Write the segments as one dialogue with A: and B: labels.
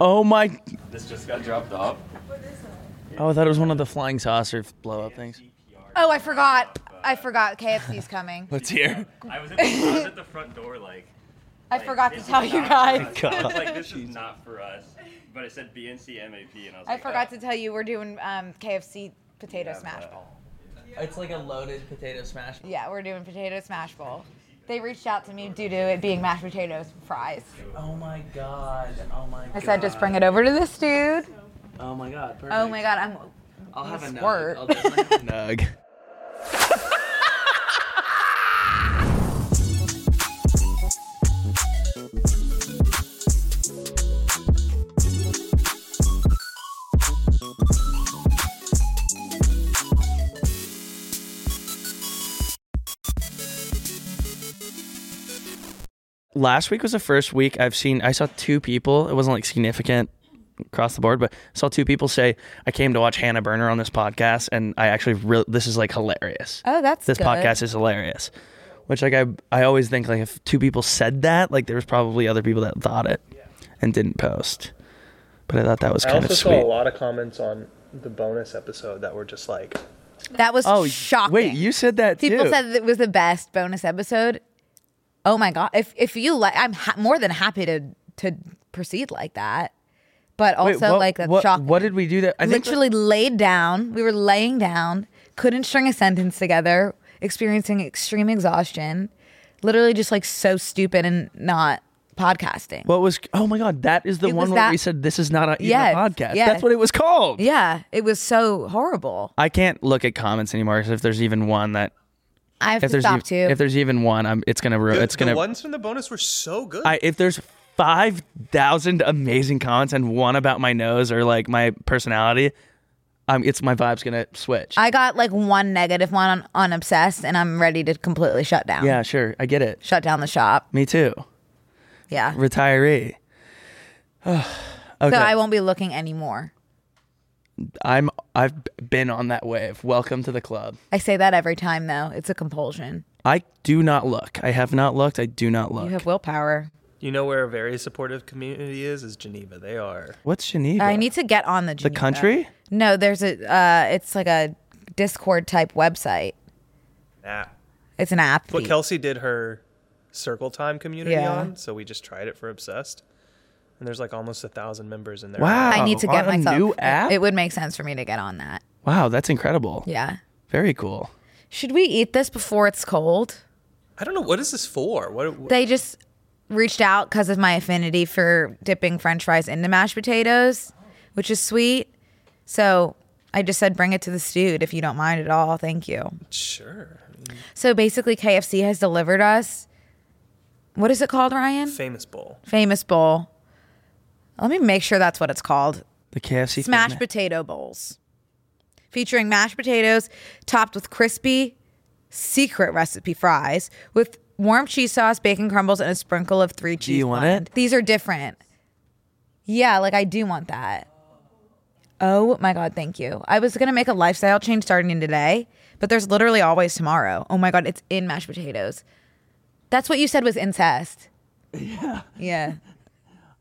A: Oh my!
B: This just got dropped off.
A: Oh, I thought it was one of the flying saucer blow up things.
C: Oh, I forgot. I forgot KFC's coming.
A: Let's hear.
B: I was, at the, I was at the front door, like,
C: I forgot to
B: this
C: tell
B: is
C: you
B: not
C: guys.
B: for us. I was
A: God.
B: like, this is not for us. But it said BNC MAP, and I was
C: I
B: like, oh.
C: forgot to tell you we're doing um, KFC potato
B: yeah,
C: smash
B: but-
C: bowl.
A: It's like a loaded potato smash.
C: Yeah, we're doing potato smash bowl. They reached out to me due to it being mashed potatoes and fries.
A: Oh my god. Oh my.
C: I said, just bring it over to this dude.
A: Oh my god. Perfect.
C: Oh my god, I'm.
A: I'll have a
C: Squirt.
A: nug. I'll definitely have a nug. Last week was the first week I've seen. I saw two people. It wasn't like significant across the board, but I saw two people say I came to watch Hannah Berner on this podcast, and I actually really this is like hilarious.
C: Oh, that's
A: this
C: good.
A: podcast is hilarious. Which like I I always think like if two people said that, like there was probably other people that thought it and didn't post. But I thought that was
D: I
A: kind
D: also
A: of
D: saw a
A: sweet.
D: lot of comments on the bonus episode that were just like,
C: That was
A: Oh,
C: shocking.
A: wait, you said that
C: People
A: too.
C: said that it was the best bonus episode. Oh my god! If if you like, I'm ha- more than happy to to proceed like that. But also,
A: Wait, what,
C: like that's
A: what,
C: shocking.
A: What did we do that? I think
C: Literally laid down. We were laying down. Couldn't string a sentence together. Experiencing extreme exhaustion. Literally, just like so stupid and not podcasting.
A: what was? Oh my god, that is the
C: It
A: one
C: was
A: where
C: that-
A: we said this is not a, even
C: Yes,
A: a podcast.
C: yes.
A: That's what it was called.
C: yeah, it was so horrible.
A: I can't look at comments anymore 'cause if there's even one that
C: I have
A: if
C: to
A: there's
C: stop
A: e-
C: too.
A: if there's even one, I'm it's gonna ruin. It's gonna
D: the ones from the bonus were so good.
A: I, if there's 5,000 amazing comments and one about my nose or like my personality, um, it's my vibe's gonna switch.
C: I got like one negative one on, on Obsessed, and I'm ready to completely shut down.
A: yeah, sure. I get it.
C: Shut down the shop.
A: Me too.
C: Yeah.
A: Retiree. okay.
C: So I won't be looking anymore.
A: I'm, I've been on that wave. Welcome to the club.
C: I say that every time, though. It's a compulsion.
A: I do not look. I have not looked. I do not look.
C: You have willpower.
D: you know where a very supportive community is is Geneva. They are.
A: What's Geneva?
C: I need to get on the
A: the
C: Geneva.
A: country?
C: No, there's a. Uh, it's like a Discord type website.
D: Nah.
C: It's an app.
D: What Kelsey did her circle time community
C: Yeah.
D: on, so we just tried it for obsessed. And there's like almost a thousand members in there.
A: Wow.
C: I need to get
A: On a
C: myself.
A: new app?
C: It would make sense for me to get on that.
A: Wow, that's incredible.
C: Yeah.
A: Very cool.
C: Should we eat this before it's cold?
D: I don't know what is this for. What? what
C: They just reached out because of my affinity for dipping French fries into mashed potatoes, which is sweet. So I just said, bring it to the dude if you don't mind at all. Thank you.
D: sure.
C: So basically, KFC has delivered us. What is it called, Ryan?
D: Famous bowl.
C: Famous Bowl. Let me make sure that's what it's called.
A: The KFC
C: Smashed
A: thing.
C: potato bowls, featuring mashed potatoes topped with crispy secret recipe fries with warm cheese sauce, bacon crumbles, and a sprinkle of three cheese.
A: you want
C: blend.
A: it?
C: These are different. Yeah, like I do want that. Oh my god, thank you. I was gonna make a lifestyle change starting in today, but there's literally always tomorrow. Oh my god, it's in mashed potatoes. That's what you said was incest. Yeah. Yeah.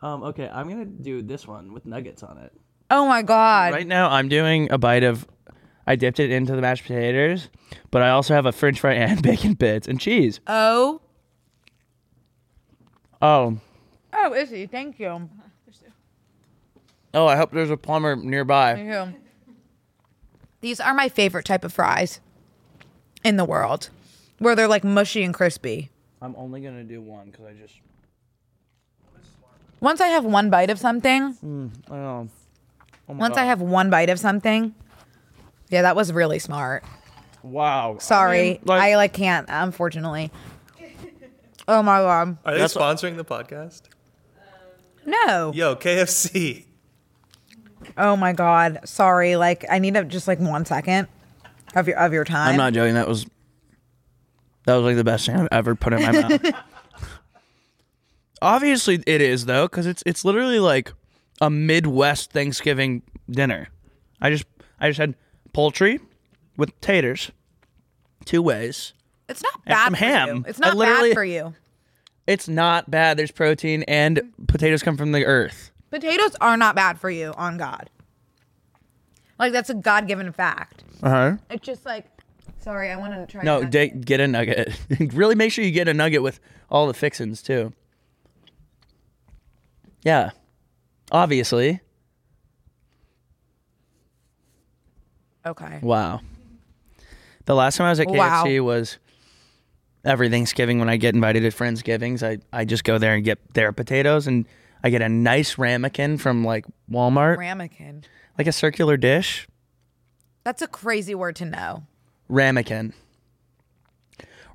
A: Um, okay, I'm gonna do this one with nuggets on it.
C: Oh my god.
A: Right now, I'm doing a bite of. I dipped it into the mashed potatoes, but I also have a French fry and bacon bits and cheese.
C: Oh.
A: Oh,
C: Oh, Izzy, thank you.
A: oh! I hope there's a plumber nearby.
C: Anywho, These are my favorite type of fries in the world, where they're like mushy and crispy.
A: I'm only gonna do one because I just.
C: Once I have one bite of something,
A: Oh, oh my
C: once I
A: God.
C: have one bite of something, yeah, that was really smart.
A: Wow.
C: Sorry, I,
A: like-
C: like, can't, unfortunately. Oh my god,
D: Are they
A: That's what-
D: sponsoring the podcast?
C: no.
D: Yo, KFC.
C: Oh my god, sorry. Like I need to just like one second of your of your time.
A: I'm not joking. That was. That was like the best thing I've ever put in my mouth. Obviously, it is though, because it's it's literally like a Midwest Thanksgiving dinner. I just I just had poultry with taters, two ways.
C: It's not
A: And
C: bad
A: some
C: for you.
A: ham.
C: It's
A: I
C: not bad
A: literally-
C: for you.
A: It's not bad. There's protein and potatoes come from the earth.
C: Potatoes are not bad for you on God. Like that's a God given fact.
A: Uh huh.
C: It's just like, sorry, I want to try.
A: No,
C: that.
A: da- get a nugget. really make sure you get a nugget with all the fixins too. Yeah, obviously.
C: Okay.
A: Wow. The last time I was at
C: Wow.
A: KFC was every Thanksgiving when I get invited to Friendsgivings. I, I just go there and get their potatoes and I get a nice ramekin from like Walmart,
C: Ramekin.
A: like a circular dish.
C: That's a crazy word to know.
A: Ramekin.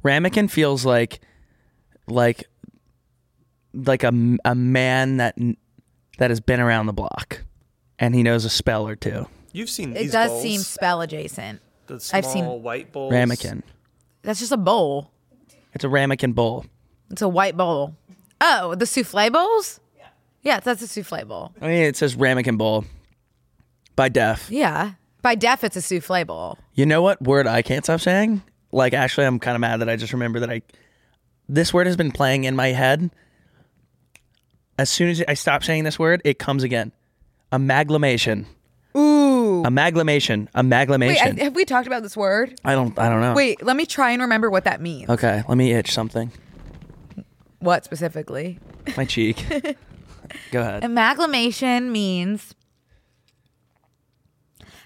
A: Ramekin feels like like like a, a man that that has been around the block and he knows a spell or two.
D: You've seen
C: It
D: these
C: does
D: bowls,
C: seem spell adjacent.
D: the small
C: I've seen-
D: white bowls.
A: Ramekin.
C: That's just a bowl.
A: It's a ramekin bowl.
C: It's a white bowl. Oh, the souffle bowls? Yeah. Yeah, that's a souffle bowl.
A: I mean, it says ramekin bowl by Def.
C: Yeah. By def, it's a souffle bowl.
A: You know what word I can't stop saying? Like, actually, I'm kind of mad that I just remember that I. This word has been playing in my head. As soon as I stop saying this word, it comes again. Amalgamation. Ooh. Amalgamation.
C: Wait, I,
A: Amalgamation.
C: have we talked about this word?
A: I, don't. I don't know.
C: Wait, let me try and remember what that means.
A: Okay, let me itch something.
C: What specifically?
A: My cheek. Go ahead.
C: Amalgamation means.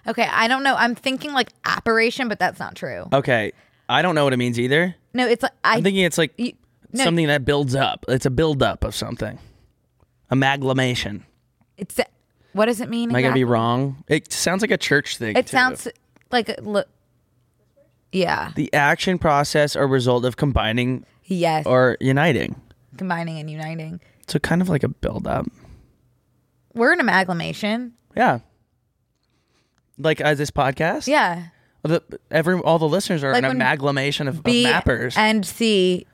C: Okay, I don't know. I'm thinking like apparition, but that's not true.
A: Okay, I don't know what it means either.
C: No, it's like I
A: I'm thinking it's like
C: you- no.
A: something that builds up. It's a buildup of something. Amalgamation.
C: it's what does it mean?
A: Am I gonna be
C: exactly?
A: wrong? It sounds like a church thing.
C: It
A: too.
C: sounds like a look. Yeah.
A: the action process or result of combining
C: Yes.
A: or uniting.
C: combining and uniting.
A: So kind of like a buildup.
C: We're an amalgamation.
A: Yeah. Like uh, this podcast.
C: Yeah.
A: The, every all the listeners are
C: Like
A: an
C: when
A: amalgamation of, of
C: B
A: mappers.
C: and C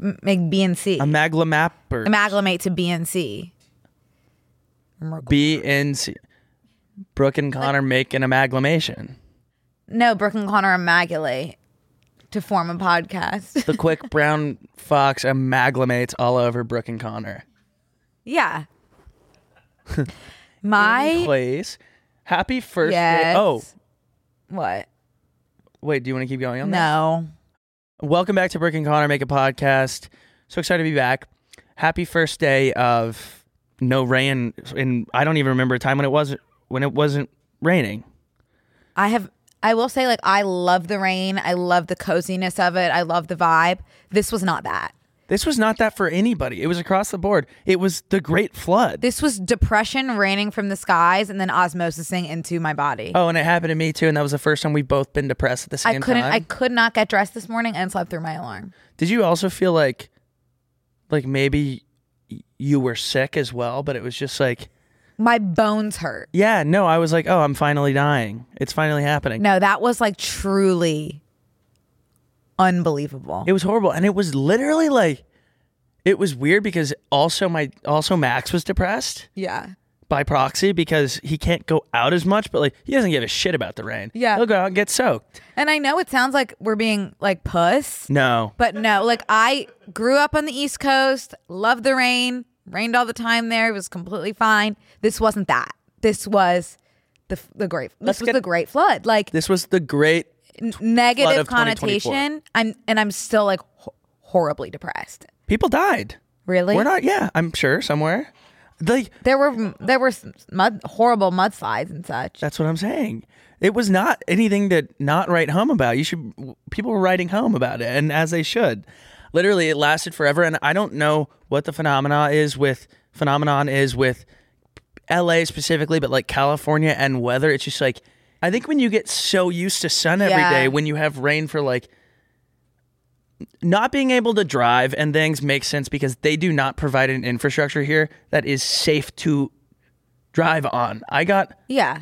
C: m- make B and C.
A: Amalgamappers.
C: Amalgamate to B and C. Merkle.
A: B and C. Brooke and Connor make an amalgamation.
C: No, Brooke and Connor amalgamate to form a podcast.
A: The quick brown fox amalgamates all over Brooke and Connor.
C: yeah. My
A: Place. Happy first day.
C: yes.
A: Oh,
C: What?
A: wait, do you want to keep going on that?
C: No.
A: Welcome back to Brooke and Connor Make a Podcast. So excited to be back. Happy first day of no rain. And I don't even remember a time when it wasn't when it wasn't raining.
C: I have I will say like I love the rain. I love the coziness of it. I love the vibe. This was not that.
A: This was not that for anybody. It was across the board. It was the Great Flood.
C: This was depression raining from the skies and then osmosising into my body.
A: oh, and it happened to me too. And that was the first time we've both been depressed at the
C: I
A: same
C: couldn't
A: time.
C: I could not get dressed this morning and slept through my alarm.
A: Did you also feel like, like maybe y- you were sick as well? But it was just like,
C: My bones hurt.
A: yeah, no. I was like, oh, I'm finally dying. It's finally happening.
C: No, that was like truly unbelievable.
A: It was horrible, and it was literally like, it was weird because also my also Max was depressed
C: yeah.
A: by proxy because he can't go out as much, but like he doesn't give a shit about the rain.
C: Yeah.
A: he'll go out and get soaked.
C: And I know it sounds like we're being like puss,
A: No,
C: but no, like I grew up on the East Coast, loved the rain, rained all the time there, it was completely fine. This wasn't that. This was the the great this
A: Let's
C: was
A: get-
C: the great flood. Like
A: this was the great.
C: n-
A: of
C: negative
A: 2024.
C: connotation. I'm and I'm still like ho- horribly depressed.
A: People died.
C: Really?
A: We're not. Yeah, I'm sure somewhere. Like
C: There were there were some mud, horrible mudslides and such.
A: That's what I'm saying. It was not anything to not write home about. You should people were writing home about it and as they should. Literally it lasted forever and I don't know what the phenomena is with phenomenon is with LA specifically but like California and weather it's just like I think when you get so used to sun every day,
C: Yeah.
A: when you have rain for like not being able to drive and things makes sense because they do not provide an infrastructure here that is safe to drive on. I got
C: Yeah.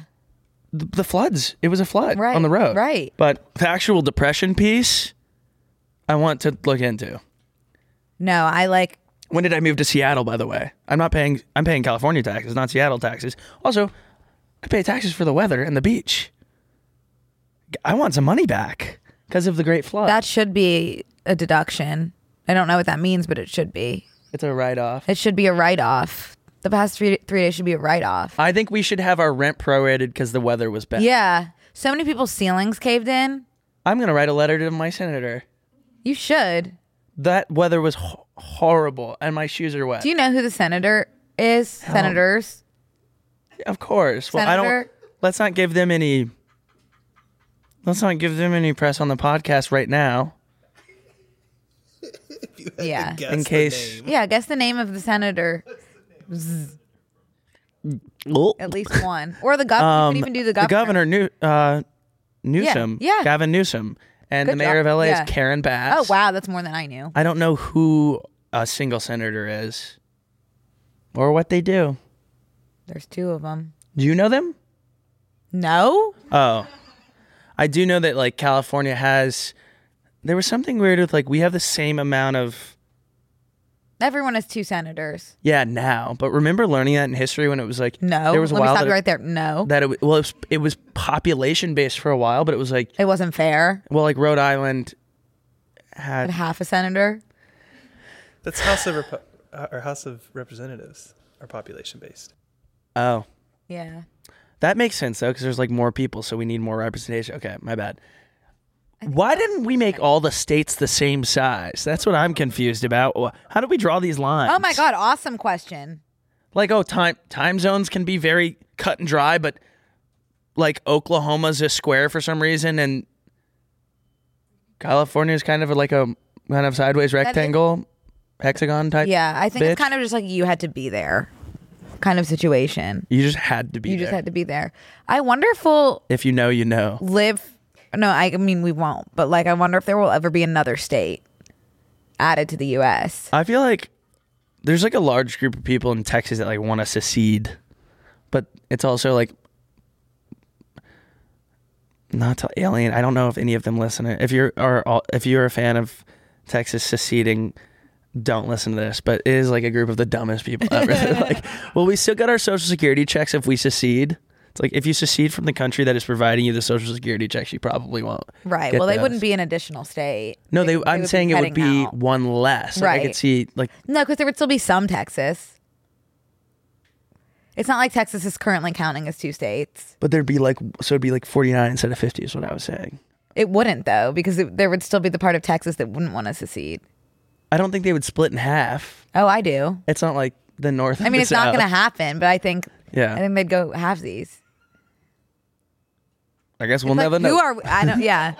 A: th- the floods. It was a flood
C: Right,
A: on the road.
C: right.
A: But the actual depression piece, I want to look into.
C: No, I like
A: When did I move to Seattle? By the way, I'm not paying. I'm paying California taxes, not Seattle taxes. Also, I pay taxes for the weather and the beach. I want some money back because of the Great Flood.
C: that should be a deduction. I don't know what that means, but it should be.
A: it's a write off.
C: It should be a write off. The past three three days should be a write off.
A: I think we should have our rent prorated because the weather was bad.
C: Yeah. So many people's ceilings caved in.
A: I'm gonna write a letter to my senator.
C: You should.
A: That weather was ho- horrible, and my shoes are wet.
C: Do you know who the senator is? Senators.
A: of course. Well, I don't.
C: Senator?
A: Let's not give them any. Let's not give them any press on the podcast right now.
C: Yeah.
A: In case-
C: Yeah. Guess the name of the senator. At least one. Or the governor. you could even do the governor.
A: Um, The governor New, uh, Newsom,
C: yeah.
A: Gavin Newsom, and
C: Good
A: the mayor of
C: job.
A: LA
C: Yeah.
A: is Karen Bass.
C: Oh wow, that's more than I knew.
A: I don't know who a single senator is, or what they do.
C: There's two of them.
A: Do you know them?
C: No.
A: Oh, I do know that like California has. There was something weird with like we have the same amount of
C: Everyone has two senators.
A: yeah now, but remember learning that in history when it was like
C: No.
A: there was a
C: Let me
A: while
C: stop
A: that,
C: you right there. No.
A: that it w- well it was, it was population based for a while, but it was like
C: it wasn't fair.
A: well like Rhode Island
C: But
A: had
C: half a senator.
D: That's House of Repo- uh, or House of Representatives are population based.
A: oh
C: Yeah.
A: That makes sense though, because there's like more people, so we need more representation. Okay, my bad. Why didn't we make all the states the same size? That's what I'm confused about. Wh- How do we draw these lines?
C: Oh my god, awesome question.
A: Like, oh, time time zones can be very cut and dry, but like Oklahoma's a square for some reason, and California's kind of like a kind of sideways rectangle, hexagon type.
C: Yeah, I think
A: bitch.
C: it's kind of just like you had to be there kind of situation.
A: You just had to be.
C: You just
A: there.
C: had to be there. I wonder if we'll
A: If you know, you know.
C: live no, I mean we won't, but like I wonder if there will ever be another state added to the US.
A: I feel like there's like a large group of people in Texas that like want to secede, but it's also like not to alien. I don't know if any of them listen. If you're are all, if you're a fan of Texas seceding, don't listen to this. But it is like a group of the dumbest people ever. They're like, well, we still got our social security checks if we secede. It's like if you secede from the country that is providing you the social security checks, you probably won't.
C: Right.
A: get
C: Well, they
A: those.
C: wouldn't be an additional state.
A: No, they.
C: would
A: I'm
C: be
A: saying it would
C: cutting
A: be
C: out.
A: one less. Like, I could
C: Right.
A: see like
C: No, cuz there would still be some Texas. It's not like Texas is currently counting as two states.
A: But there'd be like, so it'd be like 49 instead of 50 is what I was saying.
C: It wouldn't though, because it, there would still be the part of Texas that wouldn't want to secede.
A: I don't think they would split in half.
C: Oh, I do.
A: It's not like the North.
C: I mean, it's not going to happen, but I think
A: Yeah.
C: I think they'd go halfsies.
A: I guess we'll
C: Like,
A: never know.
C: Who are we? I don't. Yeah,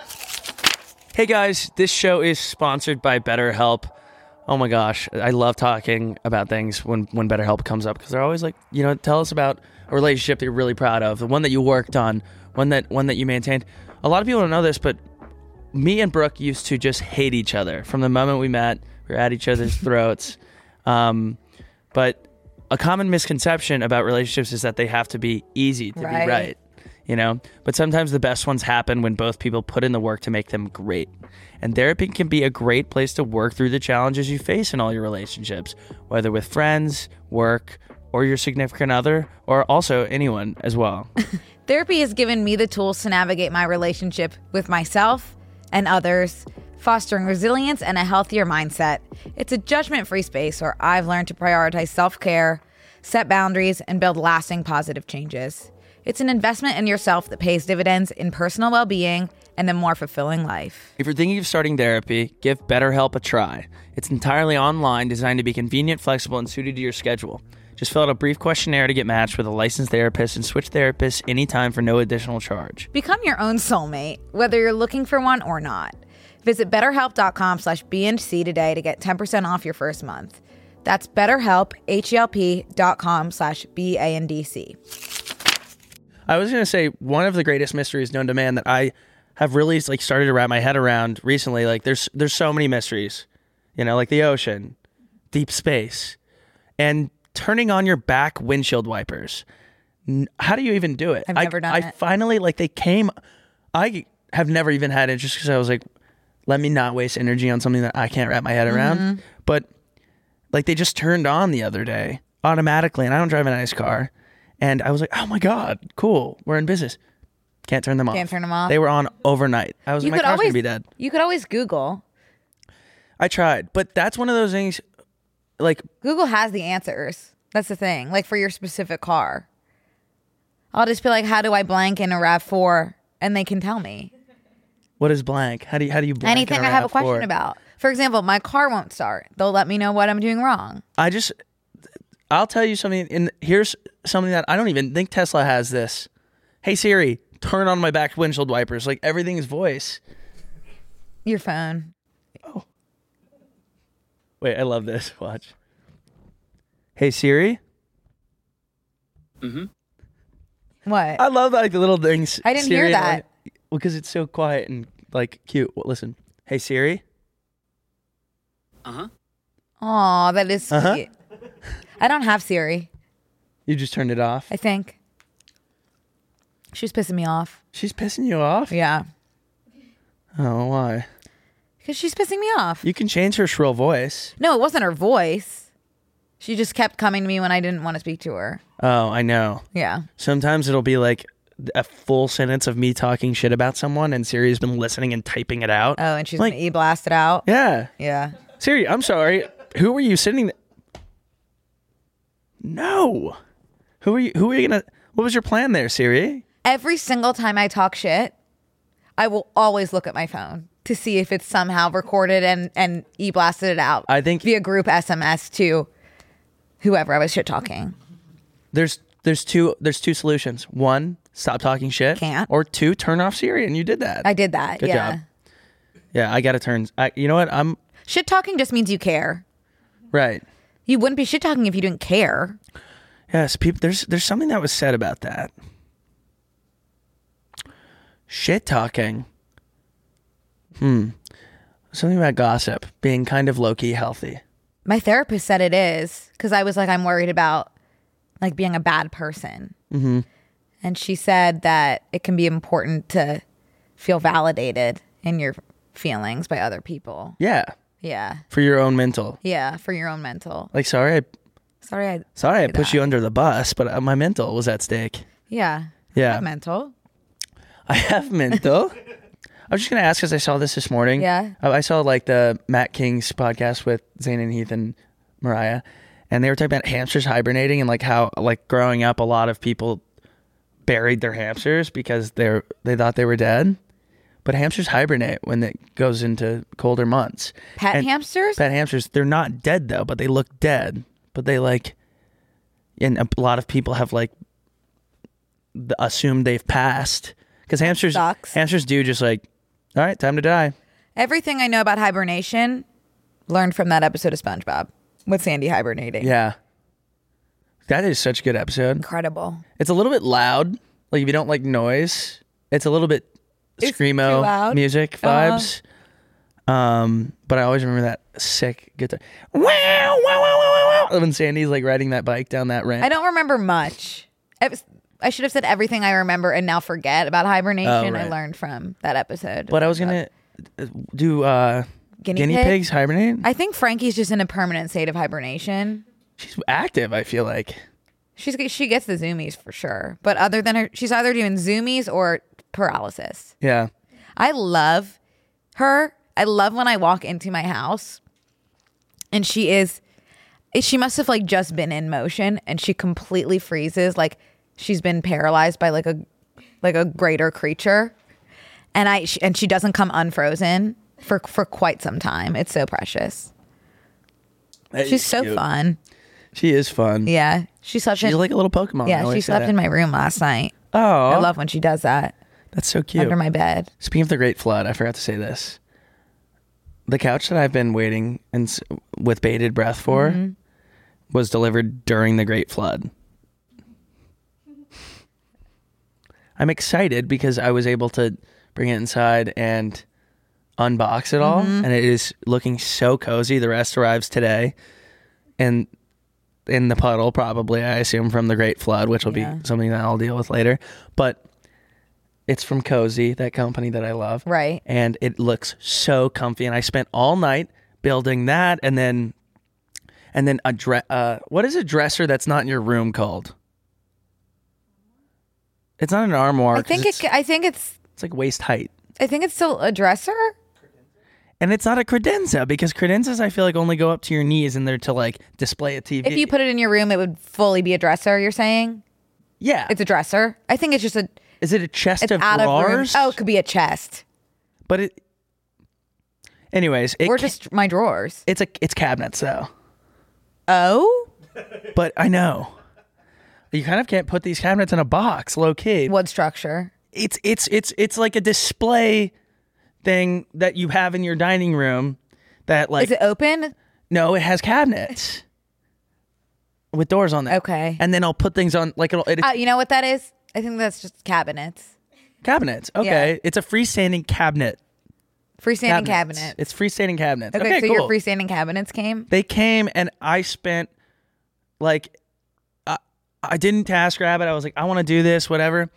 A: hey guys, this show is sponsored by BetterHelp. Oh my gosh, I love talking about things when, when BetterHelp comes up because they're always like, you know, tell us about a relationship that you're really proud of, the one that you worked on, one that one that you maintained. A lot of people don't know this, but me and Brooke used to just hate each other from the moment we met. We were at each other's throats. Um, but a common misconception about relationships is that they have to be easy to
C: Right.
A: be right. You know, but sometimes the best ones happen when both people put in the work to make them great. And therapy can be a great place to work through the challenges you face in all your relationships, whether with friends, work, or your significant other, or also anyone as well.
C: therapy has given me the tools to navigate my relationship with myself and others, fostering resilience and a healthier mindset. It's a judgment-free space where I've learned to prioritize self-care, set boundaries, and build lasting positive changes. It's an investment in yourself that pays dividends in personal well-being and a more fulfilling life.
A: If you're thinking of starting therapy, give BetterHelp a try. It's entirely online, designed to be convenient, flexible, and suited to your schedule. Just fill out a brief questionnaire to get matched with a licensed therapist and switch therapists anytime for no additional charge.
C: Become your own soulmate, whether you're looking for one or not. Visit betterhelp.com slash BNC today to get 10% off your first month. That's betterhelp, H-E-L-P dot com slash B-A-N-D-C.
A: I was going to say one of the greatest mysteries known to man that I have really like started to wrap my head around recently. Like there's there's so many mysteries, you know, like the ocean, deep space, and turning on your back windshield wipers. N- How do you even do it?
C: I've
A: I-
C: never done
A: I
C: it.
A: finally like they came. I have never even had interest because I was like, let me not waste energy on something that I can't wrap my head around.
C: Mm-hmm.
A: But like they just turned on the other day automatically and i don't drive a nice car and i was like oh my god cool we're in business can't turn them off
C: Can't turn 'em off.
A: they were on overnight i was like, my car's
C: always
A: gonna be dead
C: You could always Google.
A: i tried but that's one of those things like
C: Google has the answers. That's the thing. Like for your specific car. I'll just be like, how do I blank in a RAV4? And they can tell me.
A: What is blank? How do you how do you blank in
C: Anything I have a question
A: RAV4?
C: about. For example, my car won't start. They'll let me know what I'm doing wrong.
A: I just I'll tell you something and here's something that I don't even think Tesla has this. Hey Siri, turn on my back windshield wipers. Like everything is voice.
C: Your phone.
A: Wait, I love this. Watch. Hey Siri.
C: What?
A: I love like the little things.
C: I didn't
A: Siri
C: hear
A: and,
C: that.
A: like- well, because it's so quiet and like cute. Well, listen. Hey Siri.
C: Aw, that is sweet.
A: Uh-huh.
C: I don't have Siri,
A: You just turned it off.
C: I think. She was pissing me off.
A: She's pissing you off.
C: Yeah.
A: Oh, why?
C: Because she's pissing me off.
A: You can change her shrill voice.
C: No, it wasn't her voice. She just kept coming to me when I didn't want to speak to her.
A: Oh, I know.
C: Yeah.
A: Sometimes it'll be like a full sentence of me talking shit about someone, and Siri's been listening and typing it out.
C: Oh, and she's
A: like,
C: gonna e blast it out.
A: yeah,
C: Yeah.
A: Siri, I'm sorry. Who were you sitting? th- No, who are you? Who are you gonna? What was your plan there, Siri?
C: Every single time I talk shit, I will always look at my phone to see if it's somehow recorded and and e blasted it out.
A: I think-
C: via group SMS to whoever I was shit talking.
A: There's there's two there's two solutions. One, stop talking shit.
C: Can't.
A: Or two, turn off Siri, and you did that.
C: I did that.
A: Good
C: yeah.
A: job. yeah, I gotta turn. I, you know what? I'm
C: Shit talking just means you care.
A: right.
C: You wouldn't be shit talking if you didn't care.
A: Yes, people. There's there's something that was said about that. Shit talking. Hmm. Something about gossip being kind of low key healthy.
C: My therapist said it is because I was like, I'm worried about like being a bad person. Mm-hmm. And she said that it can be important to feel validated in your feelings by other people.
A: Yeah,
C: Yeah.
A: for your own mental.
C: Yeah. For your own mental.
A: Like sorry, I,
C: Sorry. I,
A: sorry, I
C: Do
A: pushed
C: that.
A: you under the bus, but uh, my mental was at stake.
C: yeah.
A: Yeah.
C: Not mental.
A: I have mental. I was just gonna ask because I saw this this morning. Uh,
C: Yeah.
A: I, I saw like the Matt King's podcast with Zayn and Heath and Mariah, and they were talking about hamsters hibernating and like how like growing up, a lot of people buried their hamsters because they're they thought they were dead. But hamsters hibernate when it goes into colder months.
C: Pet
A: And
C: hamsters?
A: Pet hamsters, they're not dead though, but they look dead. But they like, and a lot of people have like th- assumed they've passed because hamsters
C: Sucks.
A: hamsters do just like, all right, time to die.
C: Everything I know about hibernation learned from that episode of SpongeBob with Sandy hibernating.
A: Yeah, that is such a good episode.
C: Incredible.
A: It's a little bit loud. Like if you don't like noise, it's a little bit
C: It's too
A: screamo
C: loud?
A: music
C: Uh-huh.
A: vibes. Um, but I always remember that sick guitar. Wow, wow, wow, wow, wow, wow. When Sandy's like riding that bike down that ramp.
C: I don't remember much. I was- I should have said everything I remember and now forget about hibernation
A: Oh, right.
C: I learned from that episode.
A: But I was gonna uh, do uh,
C: Guinea
A: guinea,
C: pig?
A: pigs hibernate.
C: I think Frankie's just in a permanent state of hibernation.
A: She's active. I feel like
C: She's she gets the zoomies for sure. But other than her, she's either doing zoomies or paralysis.
A: yeah.
C: I love her. I love when I walk into my house and she is she must have like just been in motion and she completely freezes like she's been paralyzed by like a like a greater creature. And I she, and she doesn't come unfrozen for for quite some time. It's so precious.
A: That
C: She's
A: is
C: so
A: cute.
C: fun.
A: She is fun.
C: Yeah. She slept
A: She's
C: in
A: like a little Pokemon. I
C: Yeah, she
A: always say
C: slept
A: that.
C: in my room last night.
A: Oh,
C: I love when she does that
A: that's so cute.
C: under my bed.
A: Speaking of the Great Flood, I forgot to say this. The couch that I've been waiting and s- with bated breath for
C: Mm-hmm.
A: was delivered during the Great Flood. I'm excited because I was able to bring it inside and unbox it all,
C: Mm-hmm.
A: and it is looking so cozy. The rest arrives today, and in the puddle probably I assume from the Great Flood, which will
C: Yeah.
A: be something that I'll deal with later. But it's from Cozy, that company that I love.
C: Right.
A: And it looks so comfy. And I spent all night building that and then and then a dre- uh what is a dresser that's not in your room called? It's not an armoire.
C: I
A: 'cause
C: think
A: it's,
C: it I think it's
A: it's like waist height.
C: I think it's still a dresser.
A: And it's not a credenza because credenzas I feel like only go up to your knees and they're to like display a TV.
C: If you put it in your room, it would fully be a dresser. You're saying
A: yeah,
C: it's a dresser? I think it's just a.
A: is it a chest
C: It's
A: of
C: out of room.
A: drawers?
C: Oh, it could be a chest
A: but it. Anyways, it
C: or
A: ca-
C: just my drawers.
A: it's a it's cabinets though.
C: Oh,
A: But I know you kind of can't put these cabinets in a box, low key.
C: what structure?
A: it's it's it's it's like a display thing that you have in your dining room that like
C: Is it open?
A: no it has cabinets with doors on them
C: Okay.
A: and then i'll put things on like it'll, it
C: Uh, you know what that is? I think that's just cabinets,
A: cabinets okay it's a freestanding cabinet
C: freestanding
A: Cabinets.
C: cabinet.
A: it's freestanding cabinets
C: Okay,
A: okay,
C: so
A: cool.
C: your freestanding cabinets came.
A: they came and i spent like i i didn't task rabbit i was like i want to do this whatever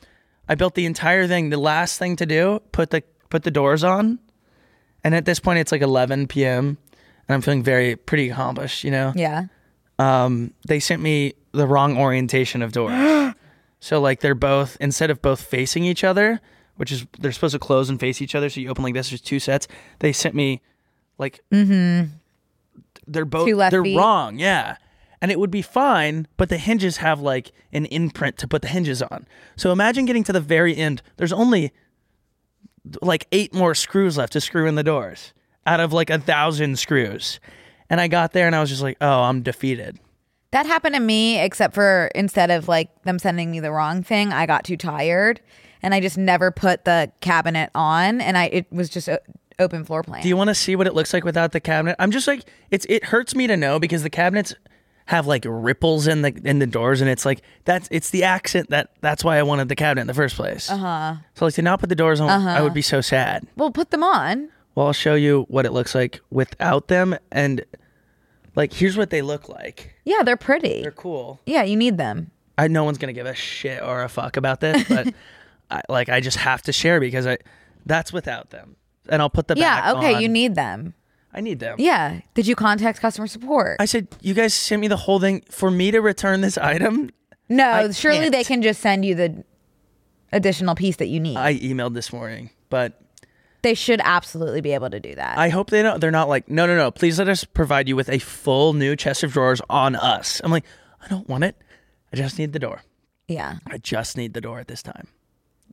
A: i built the entire thing the last thing to do put the put the doors on and at this point it's like 11 p.m and i'm feeling very pretty accomplished you know
C: Yeah.
A: um they sent me the wrong orientation of doors so like they're both instead of both facing each other which is they're supposed to close and face each other so you open like this there's two sets they sent me like they're both
C: Mm-hmm. Two left
A: they're
C: feet.
A: wrong yeah and it would be fine but the hinges have like an imprint to put the hinges on so imagine getting to the very end there's only like eight more screws left to screw in the doors out of like a thousand screws and i got there and i was just like oh i'm defeated
C: That happened to me, except for instead of like them sending me the wrong thing, I got too tired and I just never put the cabinet on and I it was just o- open floor plan.
A: Do you want to see what it looks like without the cabinet? I'm just like it's it hurts me to know because the cabinets have like ripples in the in the doors and it's like that's it's the accent that that's why I wanted the cabinet in the first place. Uh-huh. So like to not put the doors on I
C: Uh-huh.
A: would be so sad.
C: well, put them on.
A: Well, I'll show you what it looks like without them and like here's what they look like.
C: Yeah, they're pretty.
A: They're cool.
C: yeah, you need them.
A: I no one's gonna give a shit or a fuck about this, but I, like I just have to share because I that's without them. And I'll put the
C: Yeah,
A: back
C: okay,
A: on.
C: you need them.
A: I need them.
C: Yeah. Did you contact customer support?
A: I said, you guys sent me the whole thing for me to return this item.
C: no,
A: I
C: surely they
A: can't.
C: can just send you the additional piece that you need.
A: I emailed this morning, but
C: they should absolutely be able to do that.
A: I hope they don't. They're not like, no, no, no. Please let us provide you with a full new chest of drawers on us. I'm like, I don't want it. I just need the door.
C: yeah.
A: I just need the door at this time.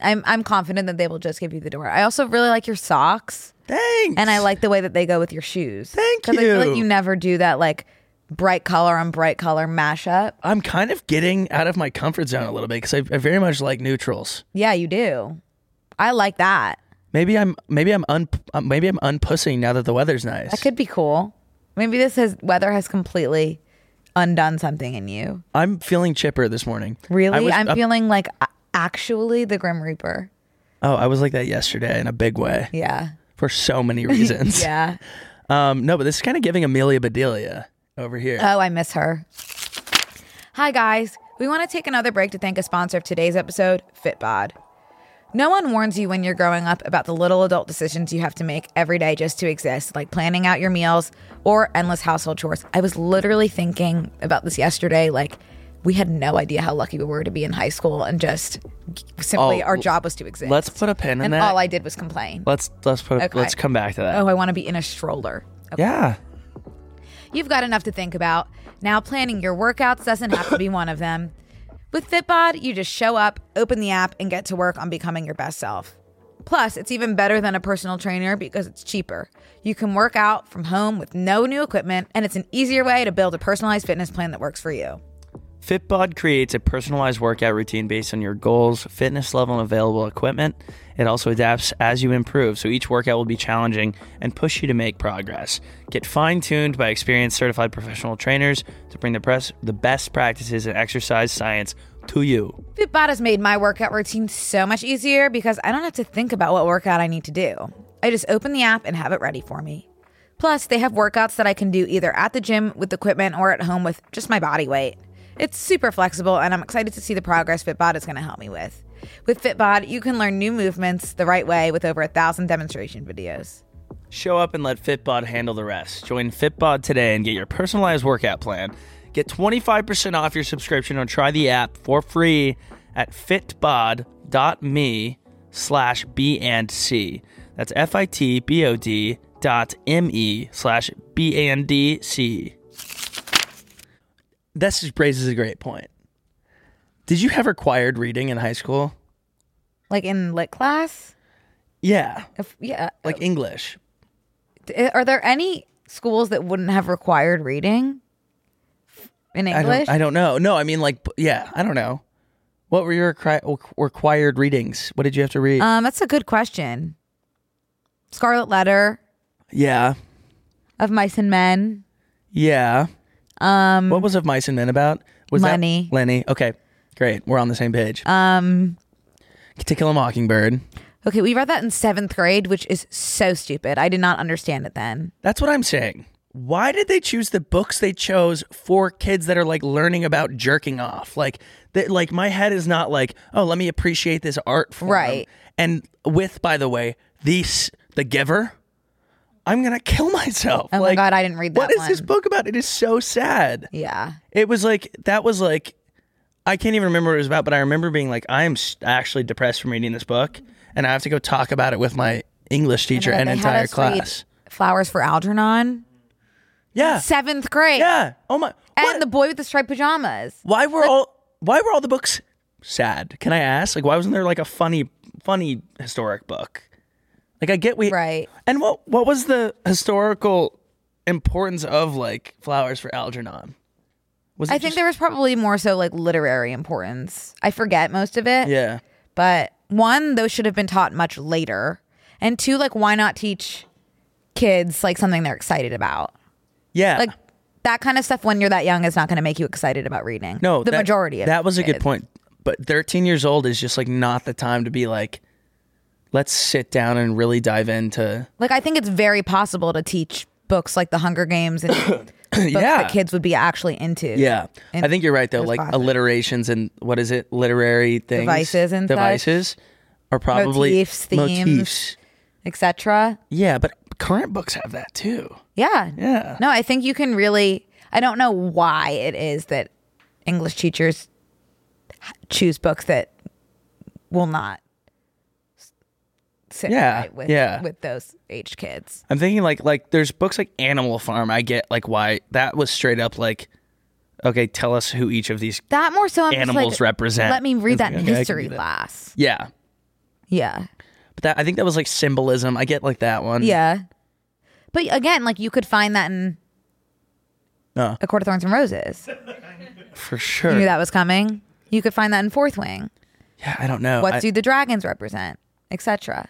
C: I'm I'm confident that they will just give you the door. I also really like your socks.
A: Thanks.
C: And I like the way that they go with your shoes.
A: Thank
C: 'Cause I feel like
A: you.
C: you never do that like bright color on bright color mashup.
A: I'm kind of getting out of my comfort zone a little bit because I, I very much like neutrals.
C: Yeah, you do. I like that.
A: Maybe I'm maybe I'm un uh, maybe I'm unpussing now that the weather's nice.
C: That could be cool. Maybe this has weather has completely undone something in you.
A: I'm feeling chipper this morning. I
C: Really,
A: was
C: I'm
A: up-
C: feeling like a- actually the Grim Reaper.
A: Oh, I was like that yesterday in a big way
C: Yeah,
A: for so many reasons.
C: yeah.
A: Um, no, but this is kind of giving Amelia Bedelia over here.
C: Oh, I miss her. Hi, guys. We want to take another break to thank a sponsor of today's episode, Fitbod. No one warns you when you're growing up about the little adult decisions you have to make every day just to exist, like planning out your meals or endless household chores. I was literally thinking about this yesterday. Like, we had no idea how lucky we were to be in high school and just simply
A: Oh,
C: our job was to exist.
A: let's put a pin in
C: and
A: that.
C: all I did was complain.
A: let's let's put a
C: Okay.
A: let's come back to that.
C: Oh, I want to be in a stroller.
A: yeah.
C: You've got enough to think about. Now, planning your workouts doesn't have to be one of them. With Fitbod, you just show up, open the app, and get to work on becoming your best self. Plus, it's even better than a personal trainer because it's cheaper. You can work out from home with no new equipment, and it's an easier way to build a personalized fitness plan that works for you.
A: Fitbod creates a personalized workout routine based on your goals, fitness level, and available equipment. It also adapts as you improve, so each workout will be challenging and push you to make progress. Get fine tuned by experienced certified professional trainers to bring the, press, the best practices in exercise science to you.
C: Fitbod has made my workout routine so much easier because I don't have to think about what workout I need to do. I just open the app and have it ready for me. Plus, they have workouts that I can do either at the gym with equipment or at home with just my body weight. It's super flexible, and I'm excited to see the progress Fitbod is going to help me with. With Fitbod, you can learn new movements the right way with over a thousand demonstration videos.
A: Show up and let Fitbod handle the rest. Join Fitbod today and get your personalized workout plan. Get 25% off your subscription or try the app for free at fitbod.me slash B and C. That's F-I-T-B-O-D dot me slash bandc. This just raises a great point. Did you have required reading in high school?
C: Like in lit class?
A: Yeah,
C: If, yeah.
A: like English.
C: Uh, Are there any schools that wouldn't have required reading in
A: I
C: English?
A: don't, I don't know. No, I mean like b- yeah, I don't know. What were your cri- required readings? What did you have to read?
C: um, that's a good question. Scarlet Letter
A: yeah,
C: of Mice and Men.
A: yeah. Um, what was of mice and men about? Was that-
C: Lenny.
A: Lenny. Okay, great. We're on the same page. Um, To Kill a Mockingbird.
C: Okay, we read that in seventh grade, which is so stupid. I did not understand it then.
A: That's what I'm saying. Why did they choose the books they chose for kids that are like learning about jerking off? Like that like my head is not like, oh, let me appreciate this art form.
C: Right.
A: And with by the way, these the giver, I'm going to kill myself.
C: Oh my God, I didn't read
A: What
C: that
A: is this
C: one.
A: book about? It is so sad.
C: Yeah.
A: It was like that was like I can't even remember what it was about, but I remember being like I am s- actually depressed from reading this book and I have to go talk about it with my English teacher
C: Yeah,
A: and
C: they had
A: entire
C: us read
A: class.
C: Flowers for Algernon.
A: Yeah.
C: Seventh grade.
A: Yeah. Oh my.
C: And
A: What?
C: the boy with the striped pajamas.
A: why were all why were all the books sad? Can I ask? Like, why wasn't there like a funny funny historic book? Like, I get we
C: Right.
A: And what what was the historical importance of like flowers for Algernon? Was
C: I think
A: just-
C: there was probably more so like literary importance. I forget most of it.
A: yeah
C: But one, those should have been taught much later. And two, like why not teach kids like something they're excited about?
A: yeah
C: Like that kind of stuff when you're that young is not going to make you excited about reading.
A: no
C: the
A: that-
C: majority of
A: that was a good
C: kids.
A: point. But thirteen years old is just like not the time to be like, let's sit down and really dive into
C: Like I think it's very possible to teach books like The Hunger Games and books
A: yeah
C: that kids would be actually into.
A: Yeah,
C: in
A: I think you're right though.
C: those
A: Like
C: classes.
A: alliterations and what is it, literary things,
C: Devices and such.
A: devices are probably
C: Motifs, themes.
A: motifs.
C: etc.
A: Yeah, but current books have that too.
C: Yeah.
A: Yeah.
C: No, I think you can really. I don't know why it is that English teachers choose books that will not s- sit
A: Yeah,
C: right with
A: yeah.
C: with those age kids.
A: I'm thinking like like there's books like Animal Farm. I get like why that was straight up like, okay, tell us who each of these.
C: That more so. I'm just
A: Animals
C: like,
A: represent-
C: Let me read that in
A: Okay, I can
C: history
A: do that.
C: class.
A: Yeah,
C: Yeah.
A: but that I think that was like symbolism. I get like that one.
C: Yeah. But again, like you could find that in
A: Uh.
C: A Court of Thorns and Roses.
A: for sure.
C: You knew that was coming. You could find that in Fourth Wing.
A: Yeah, I don't know.
C: What
A: I-
C: do the dragons represent, etc.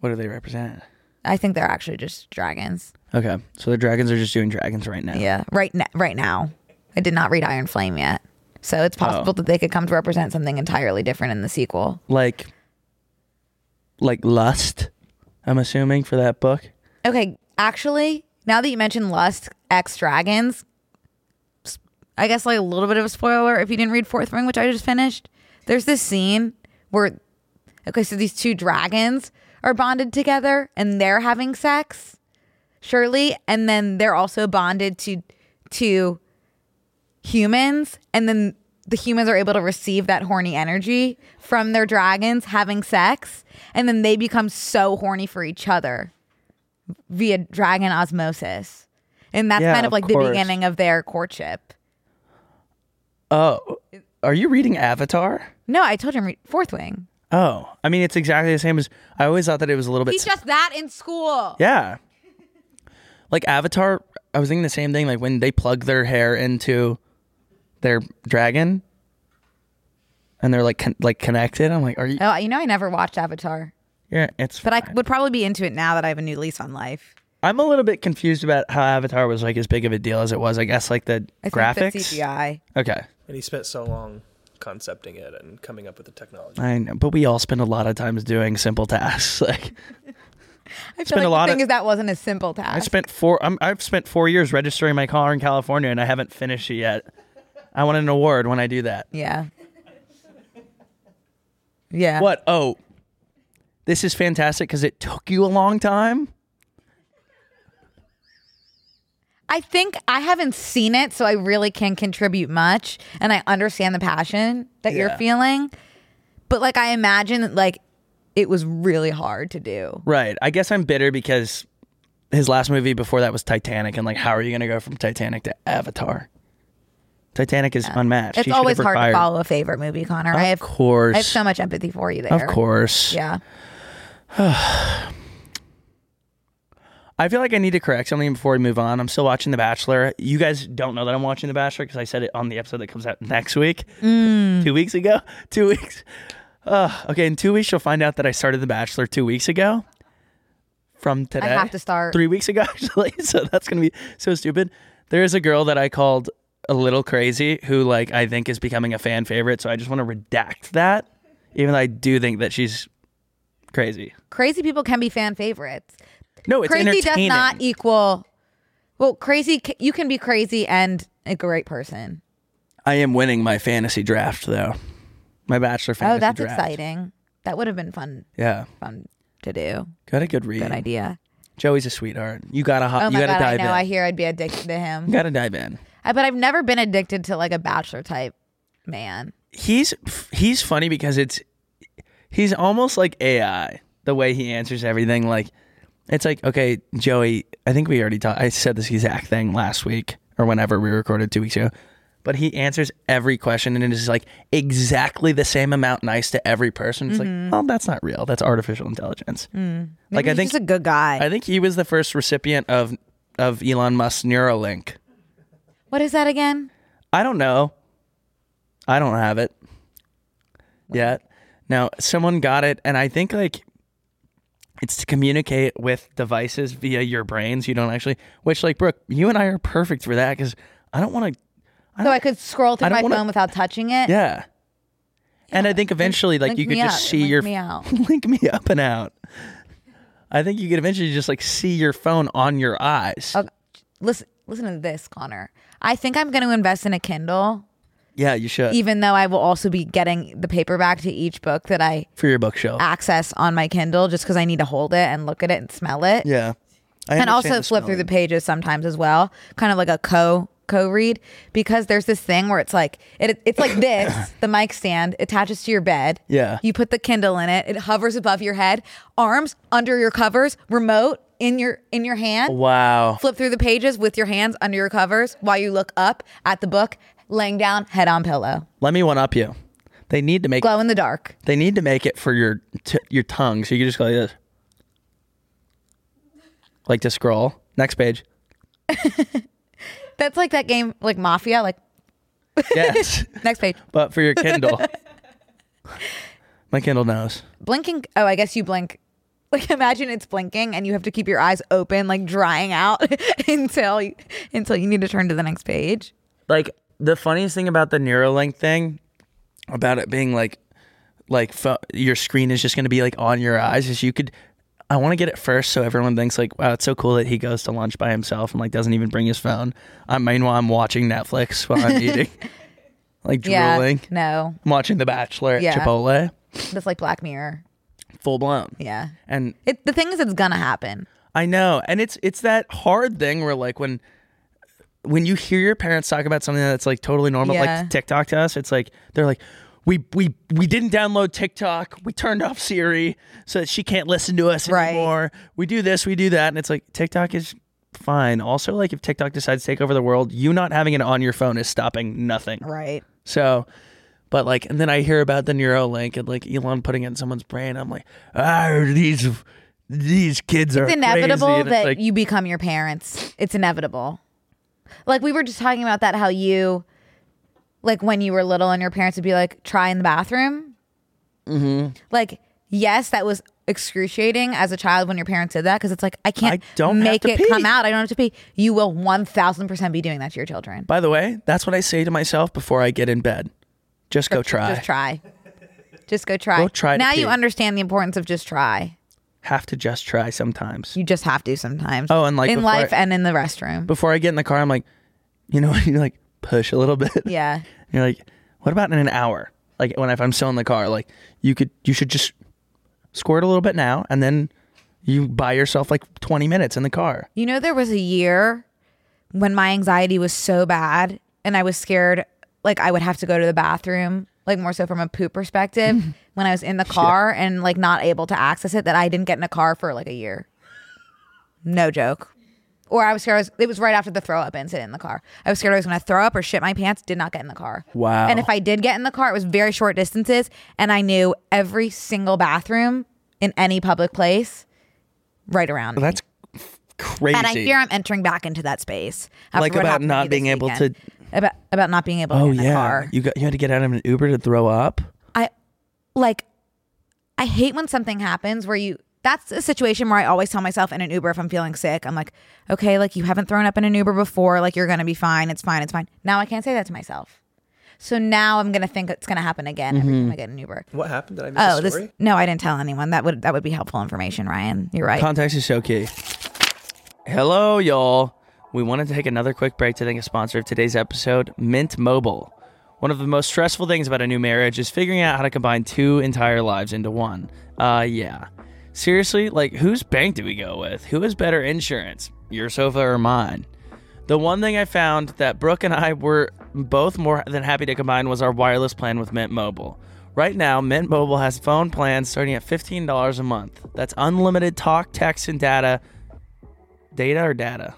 A: what do they represent?
C: I think they're actually just dragons.
A: Okay, so the dragons are just doing dragons right now.
C: Yeah, right now, right now. I did not read Iron Flame yet. So it's possible
A: Oh.
C: that they could come to represent something entirely different in the sequel.
A: like like lust i'm assuming for that book
C: Okay, actually, now that you mentioned Lust X Dragons, s- I guess like a little bit of a spoiler if you didn't read Fourth Ring, which I just finished. There's this scene where okay, so these two dragons are bonded together and they're having sex, surely, and then they're also bonded to to humans, and then the humans are able to receive that horny energy from their dragons having sex, and then they become so horny for each other via dragon osmosis. And that's
A: Yeah,
C: kind of,
A: of
C: like the
A: course.
C: beginning of their courtship.
A: oh are you reading avatar
C: No, I told him read Fourth Wing.
A: oh i mean it's exactly the same as i always thought that it was a little bit
C: He's just that in school.
A: yeah like avatar i was thinking the same thing like when they plug their hair into their dragon and they're like con- like connected i'm like are you
C: Oh, you know, I never watched Avatar,
A: yeah it's
C: but I
A: fine.
C: would probably be into it now that I have a new lease on life.
A: i'm a little bit confused about how avatar was like as big of a deal as it was i guess like the
C: I think
A: graphics
C: the CGI.
A: okay
D: And he spent so long concepting it and coming up with the technology.
A: I know, but we all spend a lot of times doing simple tasks. Like
C: I feel
A: spent
C: like
A: a lot
C: the thing
A: of-
C: is that wasn't a simple task.
A: I spent four, I'm, I've spent four years registering my car in California, and I haven't finished it yet. I want an award when I do that.
C: yeah. Yeah.
A: What? Oh, this is fantastic because it took you a long time.
C: I think I haven't seen it, so I really can contribute much, and I understand the passion that you're
A: Yeah. Right. I guess I'm bitter because his last movie before that was Titanic, and like, how are you gonna go from Titanic to Avatar? Titanic is unmatched.
C: It's
A: He should
C: always
A: have
C: hard to
A: retired.
C: follow a favorite movie, Connor. I have
A: Of course,
C: I have so much empathy for you there.
A: of course.
C: Yeah.
A: I feel like I need to correct something before we move on. I'm still watching The Bachelor. You guys don't know that I'm watching The Bachelor because I said it on the episode that comes out next week.
C: Mm.
A: Two weeks ago. Two weeks. Ugh. okay, in two weeks you'll find out that I started The Bachelor two weeks ago. From today,
C: have to start-
A: three weeks ago actually. So that's gonna be so stupid. There is a girl that I called a little crazy who like I think is becoming a fan favorite. So I just want to redact that, even though I do think that she's crazy.
C: Crazy people can be fan favorites.
A: No, it's
C: crazy does
A: entertaining.
C: not equal Well, crazy c- you can be crazy and a great person.
A: I am winning my fantasy draft though. My bachelor fantasy
C: oh, that's
A: draft.
C: exciting. That would have been fun
A: Yeah.
C: fun to do.
A: Got a good read.
C: Good idea.
A: Joey's a sweetheart. You gotta hop
C: Oh
A: Uh, you
C: my
A: gotta
C: god, I
A: dive
C: know.
A: in.
C: I hear I'd be addicted to
A: you
C: him.
A: gotta dive in.
C: I, but I've never been addicted to like a bachelor type man.
A: He's he's funny because it's he's almost like AI, the way he answers everything. Like it's like, okay, Joey, I think we already talked I said this exact thing last week or whenever we recorded two weeks ago. But he answers every question and it is like exactly the same amount nice to every person. It's
C: Mm-hmm.
A: like, oh, that's not real. That's artificial intelligence.
C: Maybe
A: I
C: he's
A: think-
C: just a good guy.
A: I think he was the first recipient of of Elon Musk's Neuralink.
C: what is that again?
A: I don't know. I don't have it yet. Now someone got it, and I think like it's to communicate with devices via your brains. You don't actually, which like Brooke, you and I are perfect for that because I don't want to.
C: So I could scroll through
A: I don't
C: my
A: wanna-
C: phone without touching it.
A: Yeah. And I think eventually, like
C: Link
A: you could
C: me
A: just
C: up.
A: see
C: Link
A: your
C: me out.
A: link me up and out. I think you could eventually just like see your phone on your eyes.
C: Okay. Listen, listen to this, Connor. I think I'm going to invest in a Kindle,
A: Yeah, you should
C: even though I will also be getting the paperback to each book that I
A: for your bookshelf.
C: access on my Kindle, just because I need to hold it and look at it and smell it,
A: Yeah. I
C: and
A: understand
C: also
A: the
C: flip through the
A: smelling.
C: pages sometimes as well, kind of like a co co read, because there's this thing where it's like it, it's like this, the mic stand attaches to your bed.
A: Yeah.
C: you put the Kindle in it, it hovers above your head, arms under your covers, remote in your in your
A: Oh.
C: hand.
A: Wow.
C: flip through the pages with your hands under your covers while you look up at the book, laying down head on pillow,
A: Let me one up you. They need to make
C: glow in the dark.
A: they need to make it for your t- your tongue so you can just go like this. Like to scroll. Next page.
C: That's like that game, like Mafia. Like
A: Yes.
C: next page,
A: but for your Kindle. My Kindle knows.
C: blinking. Oh, I guess you blink. Like imagine it's blinking and you have to keep your eyes open, like drying out until you, until you need to turn to the next page.
A: like the funniest thing about the Neuralink thing, about it being like, like fo- your screen is just going to be like on your eyes is you could. I want to get it first so everyone thinks like, wow, it's so cool that he goes to lunch by himself and like doesn't even bring his phone. I meanwhile I'm watching Netflix while I'm eating, like drooling.
C: Yeah, no,
A: I'm watching The Bachelor at
C: Yeah.
A: Chipotle,
C: that's like Black Mirror.
A: full blown.
C: Yeah,
A: And
C: it, the thing is, it's gonna happen.
A: I know, and it's it's that hard thing where like when when you hear your parents talk about something that's like totally normal,
C: Yeah.
A: like TikTok to us, it's like they're like, we we we didn't download TikTok, we turned off Siri so that she can't listen to us
C: Right.
A: anymore. We do this, we do that, and it's like TikTok is fine. Also, like if TikTok decides to take over the world, you not having it on your phone is stopping nothing.
C: Right.
A: So, but like, and then I hear about the Neuralink and like Elon putting it in someone's brain. I'm like, ah, these these kids are
C: it's
A: crazy.
C: inevitable
A: And it's
C: that
A: like,
C: you become your parents. It's inevitable. Like we were just talking about that, how you, like when you were little and your parents would be like, try in the bathroom. Mm-hmm. Like, yes, that was excruciating as a child when your parents did that because it's like, I can't
A: I don't have
C: make
A: to
C: it
A: pee.
C: come out. I don't have to pee. You will 1000% be doing that to your children.
A: By the way, that's what I say to myself before I get in bed. Just go try.
C: Just try. Just go try.
A: Go try to
C: now you
A: pee.
C: understand the importance of just try.
A: Have to just try sometimes.
C: You just have to sometimes.
A: Oh, and, like,
C: in
A: before I-
C: life and in the restroom.
A: Before I get in the car, I'm like, you know, you like push a little bit.
C: yeah.
A: You're like, what about in an hour? Like when if I'm still in the car, like you could, you should just squirt a little bit now, and then you buy yourself like 20 minutes in the car.
C: You know, there was a year when my anxiety was so bad and I was scared, like, I would have to go to the bathroom, like, more so from a poop perspective, when I was in the car and, like, not able to access it, that I didn't get in a car for like a year. No joke. Or I was scared. I was, it was right after the throw up incident in the car. I was scared I was going to throw up or shit my pants. Did not get in the car.
A: Wow.
C: And if I did get in the car, it was very short distances, and I knew every single bathroom in any public place right around. me.
A: That's f- crazy.
C: and I hear I'm entering back into that space. after
A: Like
C: what
A: about
C: happened to
A: not
C: me this
A: being able
C: weekend. about about not being able. to
A: oh
C: get in
A: yeah,
C: the car.
A: you got you had to get out of an Uber to throw up.
C: I like I hate when something happens where you that's a situation where I always tell myself in an Uber if I'm feeling sick, I'm like, okay, like you haven't thrown up in an Uber before, like you're gonna be fine, it's fine, it's fine. Now I can't say that to myself. So now I'm gonna think it's gonna happen again every
A: Mm-hmm.
C: time I get an Uber.
D: What happened? Did I miss
C: Oh,
D: a
C: this
D: story?
C: no, I didn't tell anyone. That would that would be helpful information, Ryan. You're right.
A: Context is so key. Hello, y'all. We want to take another quick break to thank a sponsor of today's episode, Mint Mobile. One of the most stressful things about a new marriage is figuring out how to combine two entire lives into one. Uh, yeah. Seriously, like, whose bank do we go with? Who has better insurance? Your sofa or mine? The one thing I found that Brooke and I were both more than happy to combine was our wireless plan with Mint Mobile. Right now, Mint Mobile has phone plans starting at $15 a month. That's unlimited talk, text, and data. Data or data?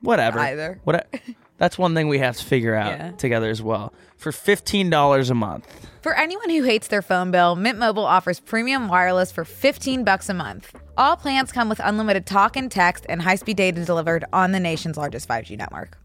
A: Whatever.
C: Either.
A: What that's one thing we have to figure out
C: Yeah.
A: together as well. For $15 a month.
C: For anyone who hates their phone bill, Mint Mobile offers premium wireless for 15 bucks a month. All plans come with unlimited talk and text and high-speed data delivered on the nation's largest 5G network.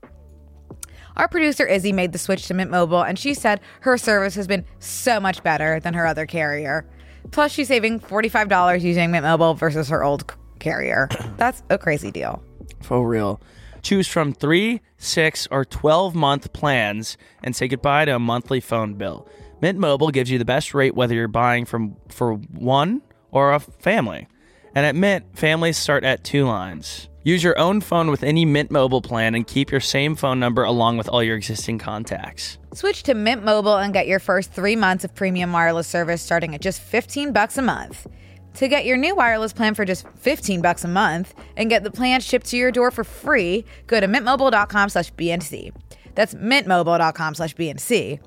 C: Our producer Izzy made the switch to Mint Mobile and she said her service has been so much better than her other carrier. Plus she's saving $45 using Mint Mobile versus her old c- carrier. That's a crazy deal.
A: For real. Choose from three, six, or 12 month plans and say goodbye to a monthly phone bill. Mint Mobile gives you the best rate whether you're buying from for one or a family. And at Mint, families start at two lines. Use your own phone with any Mint Mobile plan and keep your same phone number along with all your existing contacts.
C: Switch to Mint Mobile and get your first three months of premium wireless service starting at just 15 bucks a month. To get your new wireless plan for just 15 bucks a month and get the plan shipped to your door for free, go to mintmobile.com slash BNC. That's mintmobile.com slash BNC.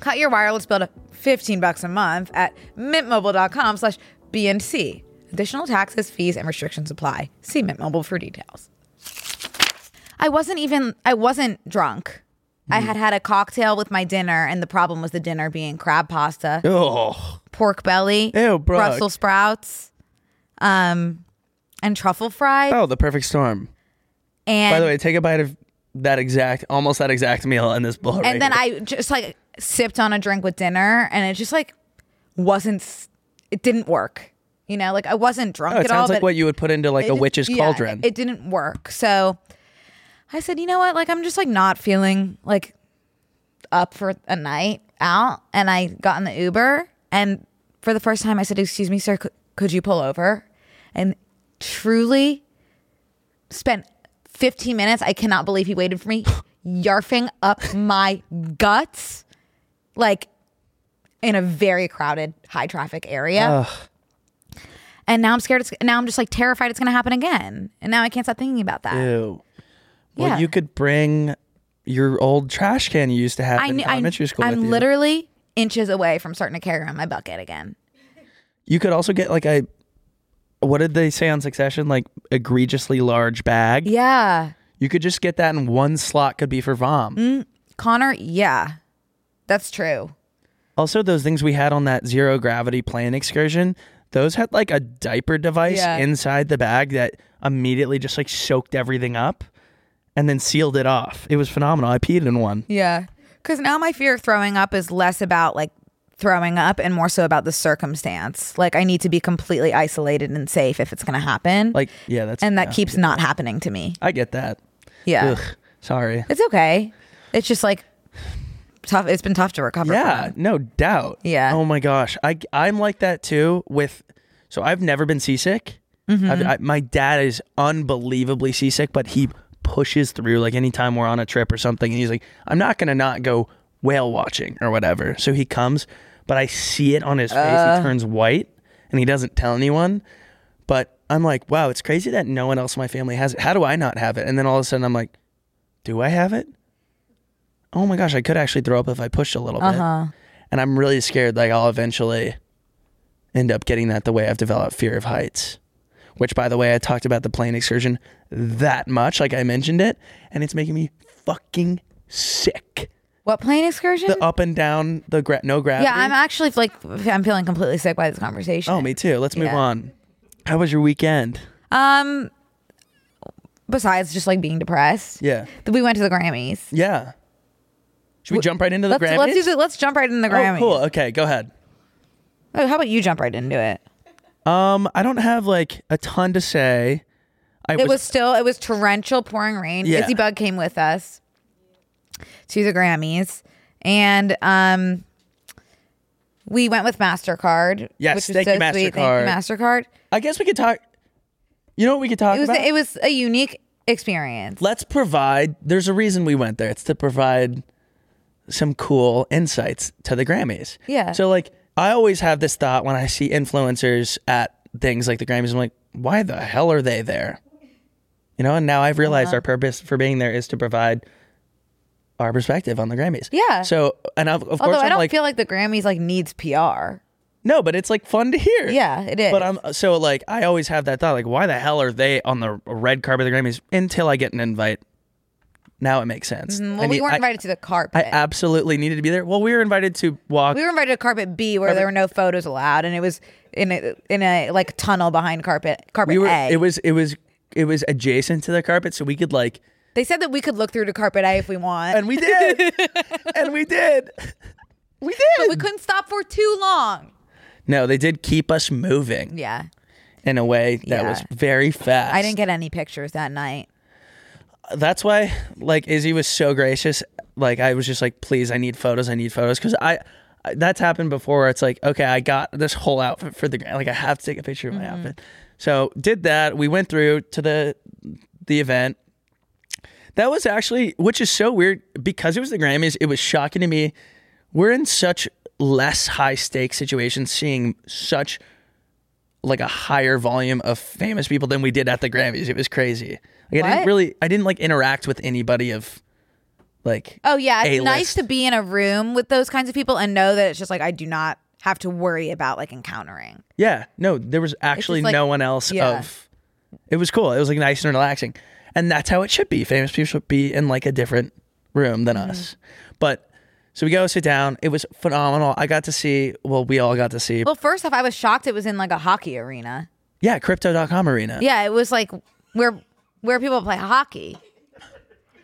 C: Cut your wireless bill to 15 bucks a month at mintmobile.com slash BNC. Additional taxes, fees, and restrictions apply. See Mint Mobile for details. I wasn't even I wasn't drunk. I had had a cocktail with my dinner, and the problem was the dinner being crab pasta,
A: Oh,
C: pork belly,
A: Ew, Brooke.
C: Brussels sprouts, um, and truffle fries.
A: oh, the perfect storm.
C: and
A: By the way, take a bite of that exact, almost that exact meal in this bowl.
C: and then I just like sipped on a drink with dinner, and it just like wasn't. s- It didn't work. You know, like I wasn't drunk
A: Oh, it
C: at all.
A: sounds like
C: but
A: what you would put into like a
C: it-
A: witch's
C: yeah,
A: cauldron.
C: it didn't work. So I said, you know what? Like I'm just like not feeling like up for a night out. And I got in the Uber and for the first time I said, excuse me, sir, could, could you pull over? And truly spent 15 minutes. I cannot believe he waited for me, yarfing up my guts, like in a very crowded, high traffic area. And now I'm scared. It's, now I'm just like terrified it's going to happen again. And now I can't stop thinking about that.
A: Ew. Well,
C: Yeah.
A: you could bring your old trash can you used to have
C: I
A: in
C: knew, I,
A: elementary school.
C: I'm
A: with you.
C: literally inches away from starting to carry around my bucket again.
A: You could also get like a. What did they say on Succession? Like egregiously large bag.
C: Yeah.
A: You could just get that, and one slot could be for vom.
C: Mm. Connor, yeah. That's true.
A: Also, those things we had on that zero gravity plane excursion, those had like a diaper device
C: Yeah.
A: inside the bag that immediately just like soaked everything up, and then sealed it off. It was phenomenal. I peed in one.
C: Yeah. Because now my fear of throwing up is less about like throwing up and more so about the circumstance. Like I need to be completely isolated and safe if it's going to happen.
A: Like, yeah, that's
C: and that
A: yeah.
C: keeps not happening to me.
A: I get that.
C: Yeah.
A: Ugh, sorry.
C: It's okay. It's just like tough. It's been tough to recover.
A: Yeah,
C: From.
A: no doubt.
C: Yeah.
A: Oh my gosh, I I'm like that too. With so I've never been seasick. I've, I, my dad is unbelievably seasick, but he pushes through. Like anytime we're on a trip or something, and he's like, "I'm not gonna not go whale watching or whatever." So he comes, but I see it on his face. he turns white, and he doesn't tell anyone. But I'm like, wow, it's crazy that no one else in my family has it. How do I not have it? And then all of a sudden, I'm like, do I have it? Oh my gosh, I could actually throw up if I pushed a little bit. And I'm really scared like I'll eventually end up getting that the way I've developed fear of heights, which by the way, I talked about the plane excursion that much, like I mentioned it, and it's making me fucking sick.
C: What plane excursion?
A: The uh, up and down, the gra- no gravity.
C: yeah, I'm actually like I'm feeling completely sick by this conversation.
A: Oh, me too. Let's move
C: Yeah.
A: on. How was your weekend?
C: Um, besides just like being depressed,
A: Yeah.
C: we went to the Grammys.
A: Yeah. Should we jump right into the
C: let's
A: Grammys?
C: let's, do the, let's jump right into the Grammys.
A: Oh, cool. Okay, go ahead.
C: Oh, how about you jump right into it?
A: Um, I don't have like a ton to say. I
C: It was still it was torrential, pouring rain.
A: Yeah.
C: Izzy Bug came with us to the Grammys, and um, we went with Mastercard.
A: Yes,
C: which was
A: thank
C: so
A: you,
C: Sweet. Thank you,
A: Mastercard.
C: Mastercard.
A: I guess we could talk. You know what we could talk
C: It was
A: about?
C: it was a unique experience.
A: Let's provide. There's a reason we went there. It's to provide some cool insights to the Grammys.
C: Yeah.
A: So like, I always have this thought when I see influencers at things like the Grammys. I'm like, why the hell are they there? You know. And now I've realized
C: Uh-huh.
A: our purpose for being there is to provide our perspective on the Grammys.
C: Yeah.
A: So and of, of course
C: Although I
A: I'm
C: don't
A: like
C: feel like the Grammys like needs PR.
A: no, but it's like fun to hear.
C: Yeah, it is.
A: But I'm so like I always have that thought like why the hell are they on the red carpet of the Grammys until I get an invite. Now it makes sense. I
C: Mm-hmm. well, we
A: need-
C: weren't
A: I-
C: invited to the
A: I
C: carpet.
A: absolutely needed to be there. Well, we were invited to walk.
C: we were invited to carpet B where there were no photos allowed, and it was in a in a like tunnel behind carpet carpet
A: We were.
C: A.
A: It was. It was. It was adjacent to the carpet, so we could like,
C: they said that we could look through to carpet A if we want,
A: and we did, and we did, we did.
C: but we couldn't stop for too long.
A: no, they did keep us moving
C: Yeah,
A: in a way that
C: Yeah.
A: was very fast.
C: I didn't get any pictures that night.
A: that's why like Izzy was so gracious. Like I was just like, please, I need photos. I need photos because I I- that's happened before. Where it's like, okay, I got this whole outfit for the gra- like I have to take a picture of my outfit. So did that. We went through to the the event. That was actually, which is so weird because it was the Grammys. It was shocking to me. We're in such less high stakes situations, seeing such like a higher volume of famous people than we did at the Grammys. It was crazy. Like, I
C: What?
A: didn't really, I didn't like interact with anybody of like.
C: Oh yeah, it's nice
A: A-list.
C: to be in a room with those kinds of people and know that it's just like I do not have to worry about like encountering.
A: Yeah, no, there was actually
C: like-
A: no one else.
C: yeah.
A: Of it was cool. It was like nice and relaxing, and that's how it should be. Famous people should be in like a different room
C: Mm-hmm.
A: than us. But so we go sit down. It was phenomenal. I got to see. Well, we all got to see.
C: Well, first off, I was shocked it was in like a hockey arena.
A: yeah, Crypto.com arena.
C: Yeah, it was like where where people play hockey.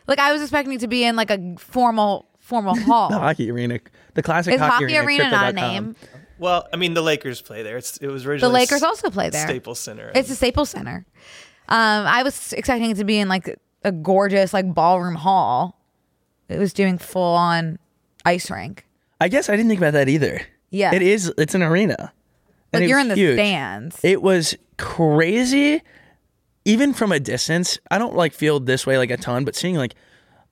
C: Like I was expecting it to be in like a formal formal
A: The
C: hall.
A: hockey arena. The classic
C: Is
A: hockey,
C: hockey arena
A: crypto.com.
C: not a name?
D: Well, I mean, the Lakers play there. It's it was
C: The
D: originally
C: Lakers
D: S-
C: also play there.
D: Staples Center.
C: It's a Staples Center. Um, I was expecting it to be in like a gorgeous like ballroom hall. It was doing full on ice rink.
A: I guess I didn't think about that either.
C: Yeah.
A: It is it's an arena. And
C: Like
A: it
C: you're
A: was
C: in the
A: huge.
C: stands.
A: It was crazy even from a distance. I don't like feel this way like a ton, but seeing like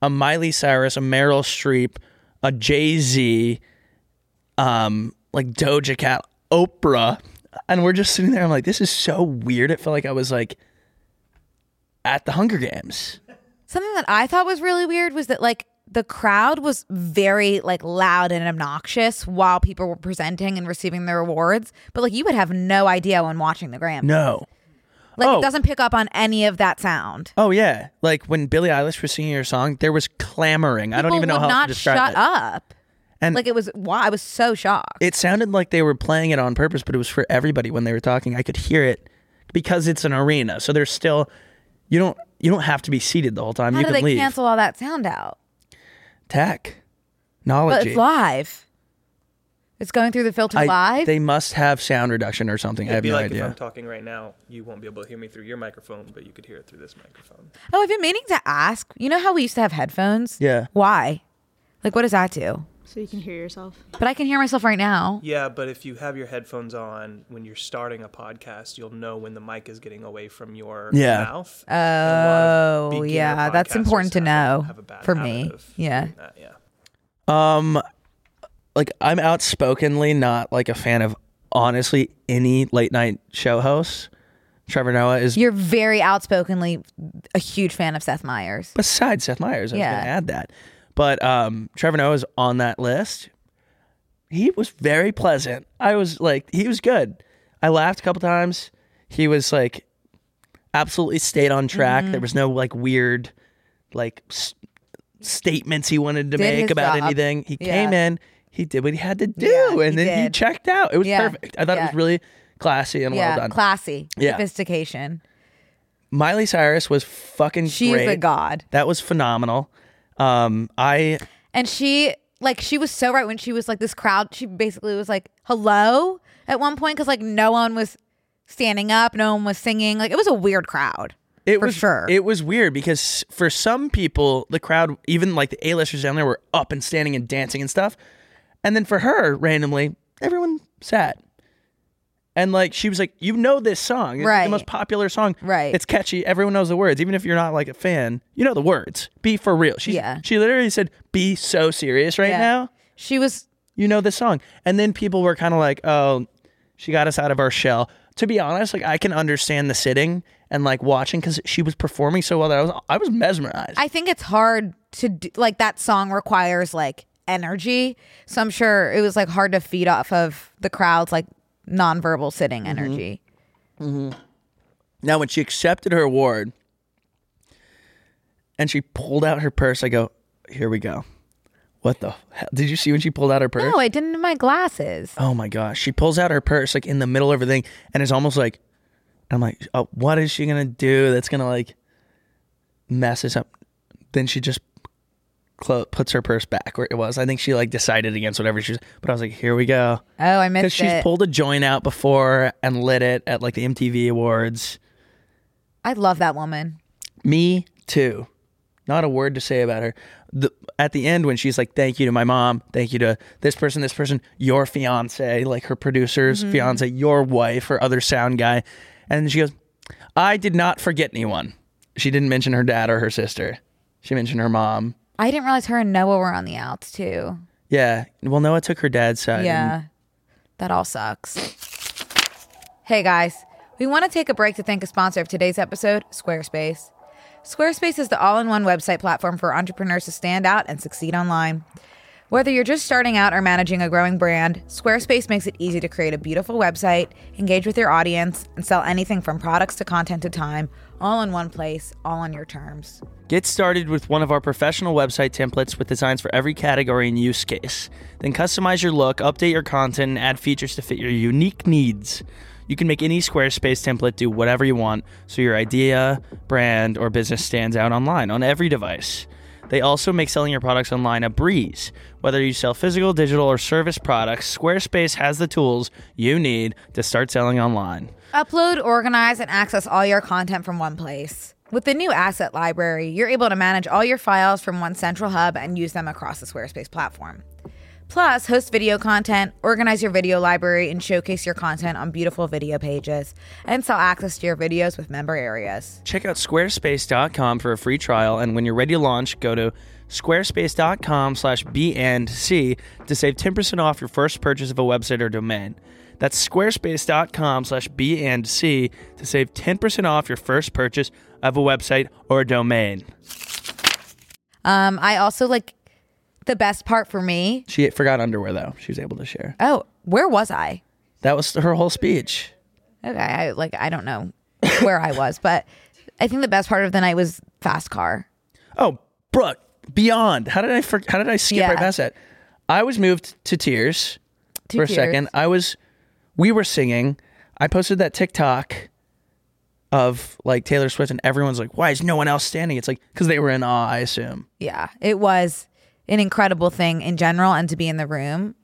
A: a Miley Cyrus, a Meryl Streep, a Jay-Z, um like Doja Cat, Oprah, and we're just sitting there I'm like this is so weird. It felt like I was like at the Hunger Games.
C: Something that I thought was really weird was that like the crowd was very like loud and obnoxious while people were presenting and receiving their awards, but like you would have no idea when watching the Grammys.
A: No.
C: Like
A: Oh.
C: it doesn't pick up on any of that sound.
A: Oh yeah, like when Billie Eilish was singing her song, there was clamoring. I don't
C: People
A: even know
C: would
A: how
C: not
A: to describe
C: shut
A: it.
C: up.
A: And-
C: like it was why I was so shocked.
A: It sounded like they were playing it on purpose, but it was for everybody when they were talking. I could hear it because it's an arena, so there's still you don't you don't have to be seated the whole time.
C: How
A: you
C: did
A: can
C: they
A: leave.
C: cancel all that sound out?
A: Tech,
C: But
A: knowledge.
C: it's live. It's going through the filter live.
A: They must have sound reduction or something. I
D: It'd
A: have
D: be
A: no
D: like if I'm
A: idea.
D: talking right now, you won't be able to hear me through your microphone, but you could hear it through this microphone.
C: oh, I've been meaning to ask. You know how we used to have headphones?
A: Yeah.
C: Why? Like, what does that do?
E: So you can hear yourself.
C: But I can hear myself right now.
D: Yeah, but if you have your headphones on when you're starting a podcast, you'll know when the mic is getting away from your
A: Yeah.
D: mouth. Oh, oh
C: yeah, that's important to know for me. Yeah.
D: yeah.
A: Um, like I'm outspokenly not like a fan of honestly any late night show host. Trevor Noah is
C: You're very outspokenly a huge fan of Seth Meyers.
A: besides Seth Meyers. I
C: Yeah.
A: was going to add that. But um, Trevor Noah is on that list. He was very pleasant. I was like, he was good. I laughed a couple times. He was like absolutely stayed on track.
C: Mm-hmm.
A: There was no like weird, like s- statements he wanted to
C: Did
A: make
C: his
A: about
C: job.
A: anything. He
C: Yeah.
A: came in, he did what he had to do,
C: Yeah,
A: and
C: he
A: then he
C: did.
A: checked out. It was
C: Yeah.
A: perfect. I thought it
C: Yeah.
A: was really classy and
C: yeah,
A: well done.
C: classy,
A: Yeah.
C: sophistication.
A: Miley Cyrus was fucking
C: She's
A: great.
C: a god,
A: That was phenomenal. Um, I
C: and she like she was so right when she was like this crowd. She basically was like hello at one point because like no one was standing up, no one was singing. Like it was a weird crowd.
A: it
C: for
A: was
C: sure.
A: It was weird because for some people, the crowd, even like the A-listers down there, were up and standing and dancing and stuff. And then for her, randomly, everyone sat. And like she was like, you know this song, It's
C: Right.
A: the most popular song,
C: Right.
A: It's catchy. Everyone knows the words, even if you're not like a fan. You know the words. Be for real. She
C: Yeah.
A: she literally said, "Be so serious right
C: Yeah.
A: now."
C: She was
A: you know this song. And then people were kind of like, oh, she got us out of our shell. To be honest, like I can understand the sitting and like watching because she was performing so well that I was I was mesmerized.
C: I think it's hard to do, like that song requires like energy. So I'm sure it was like hard to feed off of the crowd's like nonverbal sitting energy.
A: now when she accepted her award and she pulled out her purse, I go, here we go. What the hell? Did you see when she pulled out her purse?
C: No, Oh, I didn't in my glasses.
A: Oh my gosh. She pulls out her purse like in the middle of everything and it's almost like I'm like, oh, what is she gonna do that's gonna like mess this up? Then she just clo- puts her purse back where it was. I think she like decided against whatever she was but I was like, here we go.
C: Oh, I
A: Because
C: missed
A: she's
C: it.
A: pulled a joint out before and lit it at like the MTV awards.
C: I love that woman.
A: Me too. Not a word to say about her. The, at the end, when she's like, "Thank you to my mom, thank you to this person, this person, your fiance, like her producer's fiance, your wife, her other sound guy," and she goes, "I did not forget anyone." She didn't mention her dad or her sister. She mentioned her mom.
C: I didn't realize her and Noah were on the outs too.
A: Yeah. Well, Noah took her dad's side. and-
C: Yeah. That all sucks. Hey guys, we want to take a break to thank a sponsor of today's episode, Squarespace. Squarespace is the all in one website platform for entrepreneurs to stand out and succeed online. Whether you're just starting out or managing a growing brand, Squarespace makes it easy to create a beautiful website, engage with your audience, and sell anything from products to content to time, all in one place, all on your terms.
A: Get started with one of our professional website templates with designs for every category and use case. Then customize your look, update your content, and add features to fit your unique needs. You can make any Squarespace template do whatever you want so your idea, brand, or business stands out online on every device. They also make selling your products online a breeze. Whether you sell physical, digital, or service products, Squarespace has the tools you need to start selling online.
C: Upload, organize, and access all your content from one place. With the new asset library, you're able to manage all your files from one central hub and use them across the Squarespace platform. Plus, host video content, organize your video library, and showcase your content on beautiful video pages, and sell access to your videos with member areas.
A: Check out squarespace.com for a free trial, and when you're ready to launch, go to squarespace.com slash BNC to save 10% off your first purchase of a website or domain. That's squarespace.com slash BNC to save 10% off your first purchase of a website or domain.
C: Um, I also like the best part for me.
A: She forgot underwear, though. She was able to share.
C: Oh, where was I?
A: That was her whole speech.
C: Okay, I like I don't know where I was, but I think the best part of the night was fast car.
A: Oh, Brooke, beyond. How did I for, how did I skip
C: Yeah.
A: right past that? I was moved to tears
C: To
A: for
C: tears.
A: a second. I was we were singing. I posted that TikTok of like Taylor Swift and everyone's like, "Why is no one else standing?" It's like cuz they were in awe, I assume.
C: yeah, it was an incredible thing in general, and to be in the room,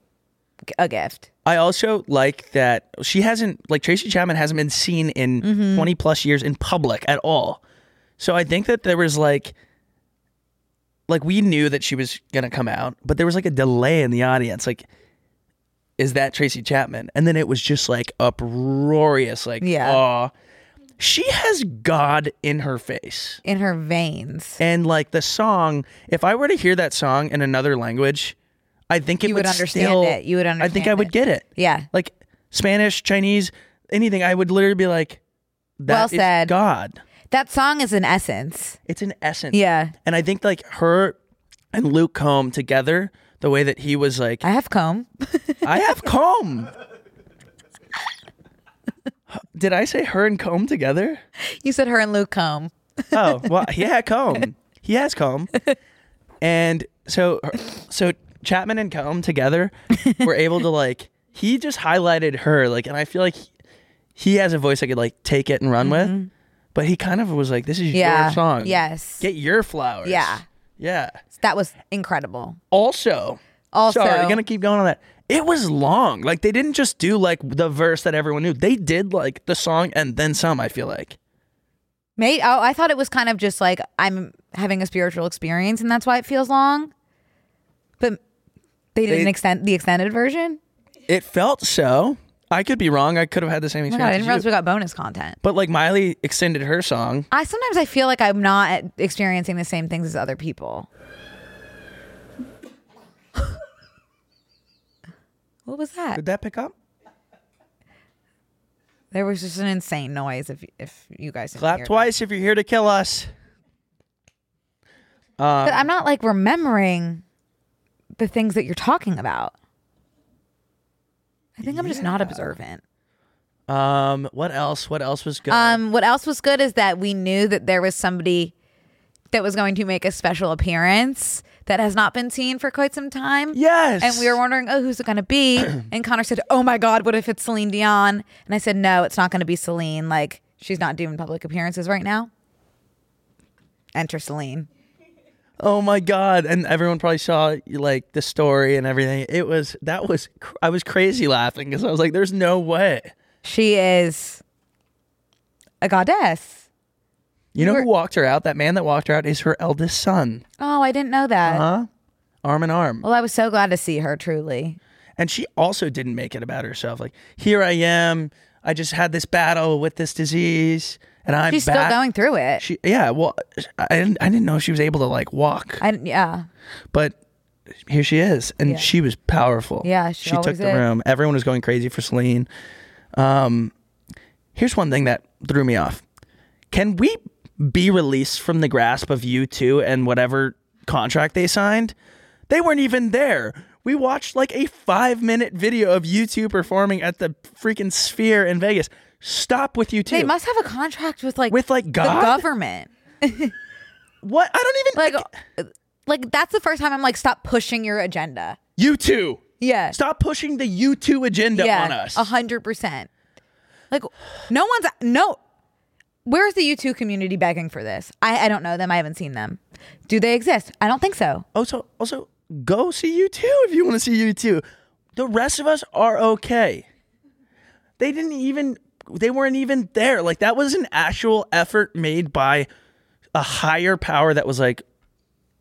C: g- a gift.
A: I also like that she hasn't like Tracy Chapman hasn't been seen in
C: Mm-hmm.
A: 20 plus years in public at all. So I think that there was like like we knew that she was going to come out, but there was like a delay in the audience like is that Tracy Chapman? And then it was just like uproarious like
C: Yeah.
A: awe. She has God in her face.
C: In her veins,
A: And like the song, if I were to hear that song in another language, I think it
C: You would understand
A: still-
C: it. You would
A: I think I
C: understand
A: would
C: it.
A: get it
C: yeah,
A: like Spanish, Chinese, anything, I would literally be like, "That
C: Well
A: is
C: said.
A: God.
C: that song is an essence.
A: It's an essence."
C: Yeah,
A: and I think like her and Luke Combs together, the way that he was like,
C: I have comb.
A: "I have comb." Did I say her and comb together?
C: You said her and Luke comb.
A: Oh, well, he had comb. He has comb. And so so Chapman and Comb together were able to like he just highlighted her like and I feel like he, he has a voice I could like take it and run with. But he kind of was like this is
C: Mm-hmm. Yeah.
A: your song.
C: Yes.
A: Get your flowers.
C: Yeah.
A: Yeah.
C: That was incredible.
A: Also,
C: Also-
A: sorry, I'm gonna keep going on that. It was long. Like they didn't just do like the verse that everyone knew. They did like the song and then some. I feel like.
C: Mate, oh, I thought it was kind of just like I'm having a spiritual experience and that's why it feels long. But they didn't
A: They-
C: extend the extended version.
A: It felt so. I could be wrong. I could have had the same
C: Oh my
A: experience.
C: God, I didn't
A: as
C: realize
A: you.
C: we got bonus content.
A: But like Miley extended her song.
C: I sometimes I feel like I'm not experiencing the same things as other people. what was that?
A: Did that pick up?
C: There was just an insane noise. If if you guys didn't
A: Clap
C: hear it.
A: twice if you're here to kill us.
C: but I'm not like remembering the things that you're talking about. I think I'm just not observant.
A: Um, what else? What else was good?
C: Um, what else was good is that we knew that there was somebody that was going to make a special appearance that has not been seen for quite some time.
A: yes.
C: And we were wondering, oh, who's it going to be? and Connor said, oh my God, what if it's Celine Dion? And I said, no, it's not going to be Celine. Like, she's not doing public appearances right now. Enter Celine.
A: Oh my god! And everyone probably saw like the story and everything. It was that was cr- I was crazy laughing because I was like, "There's no way."
C: She is a goddess.
A: You know
C: were-
A: who walked her out? That man that walked her out is her eldest son,
C: Oh, I didn't know that.
A: Uh-huh. arm in arm.
C: Well, I was so glad to see her, truly.
A: And she also didn't make it about herself. Like, here I am. I just had this battle with this disease, and I'm
C: She's
A: back."
C: still going through it.
A: She, yeah. Well, I didn't. I didn't know she was able to like walk,
C: I, yeah.
A: but here she is, and
C: Yeah.
A: she was powerful.
C: Yeah, she
A: took
C: always
A: the
C: is.
A: room. Everyone was going crazy for Celine. Um, here's one thing that threw me off. Can we be released from the grasp of you two and whatever contract they signed? They weren't even there. We watched like a five minute video of you two performing at the freaking Sphere in Vegas. Stop with you two.
C: They must have a contract with like
A: With, like, God?
C: the government.
A: what? I don't even
C: Like, uh, like that's the first time I'm like, stop pushing your agenda.
A: you two.
C: Yeah,
A: Stop pushing the U2 agenda
C: uh, yeah,
A: on us.
C: a hundred percent. Like, no one's no. Where's the U two community begging for this? I I don't know them. I haven't seen them. Do they exist? I don't think so.
A: Also, also go see U2 if you want to see U2. The rest of us are okay. They didn't even they weren't even there. Like that was an actual effort made by a higher power that was like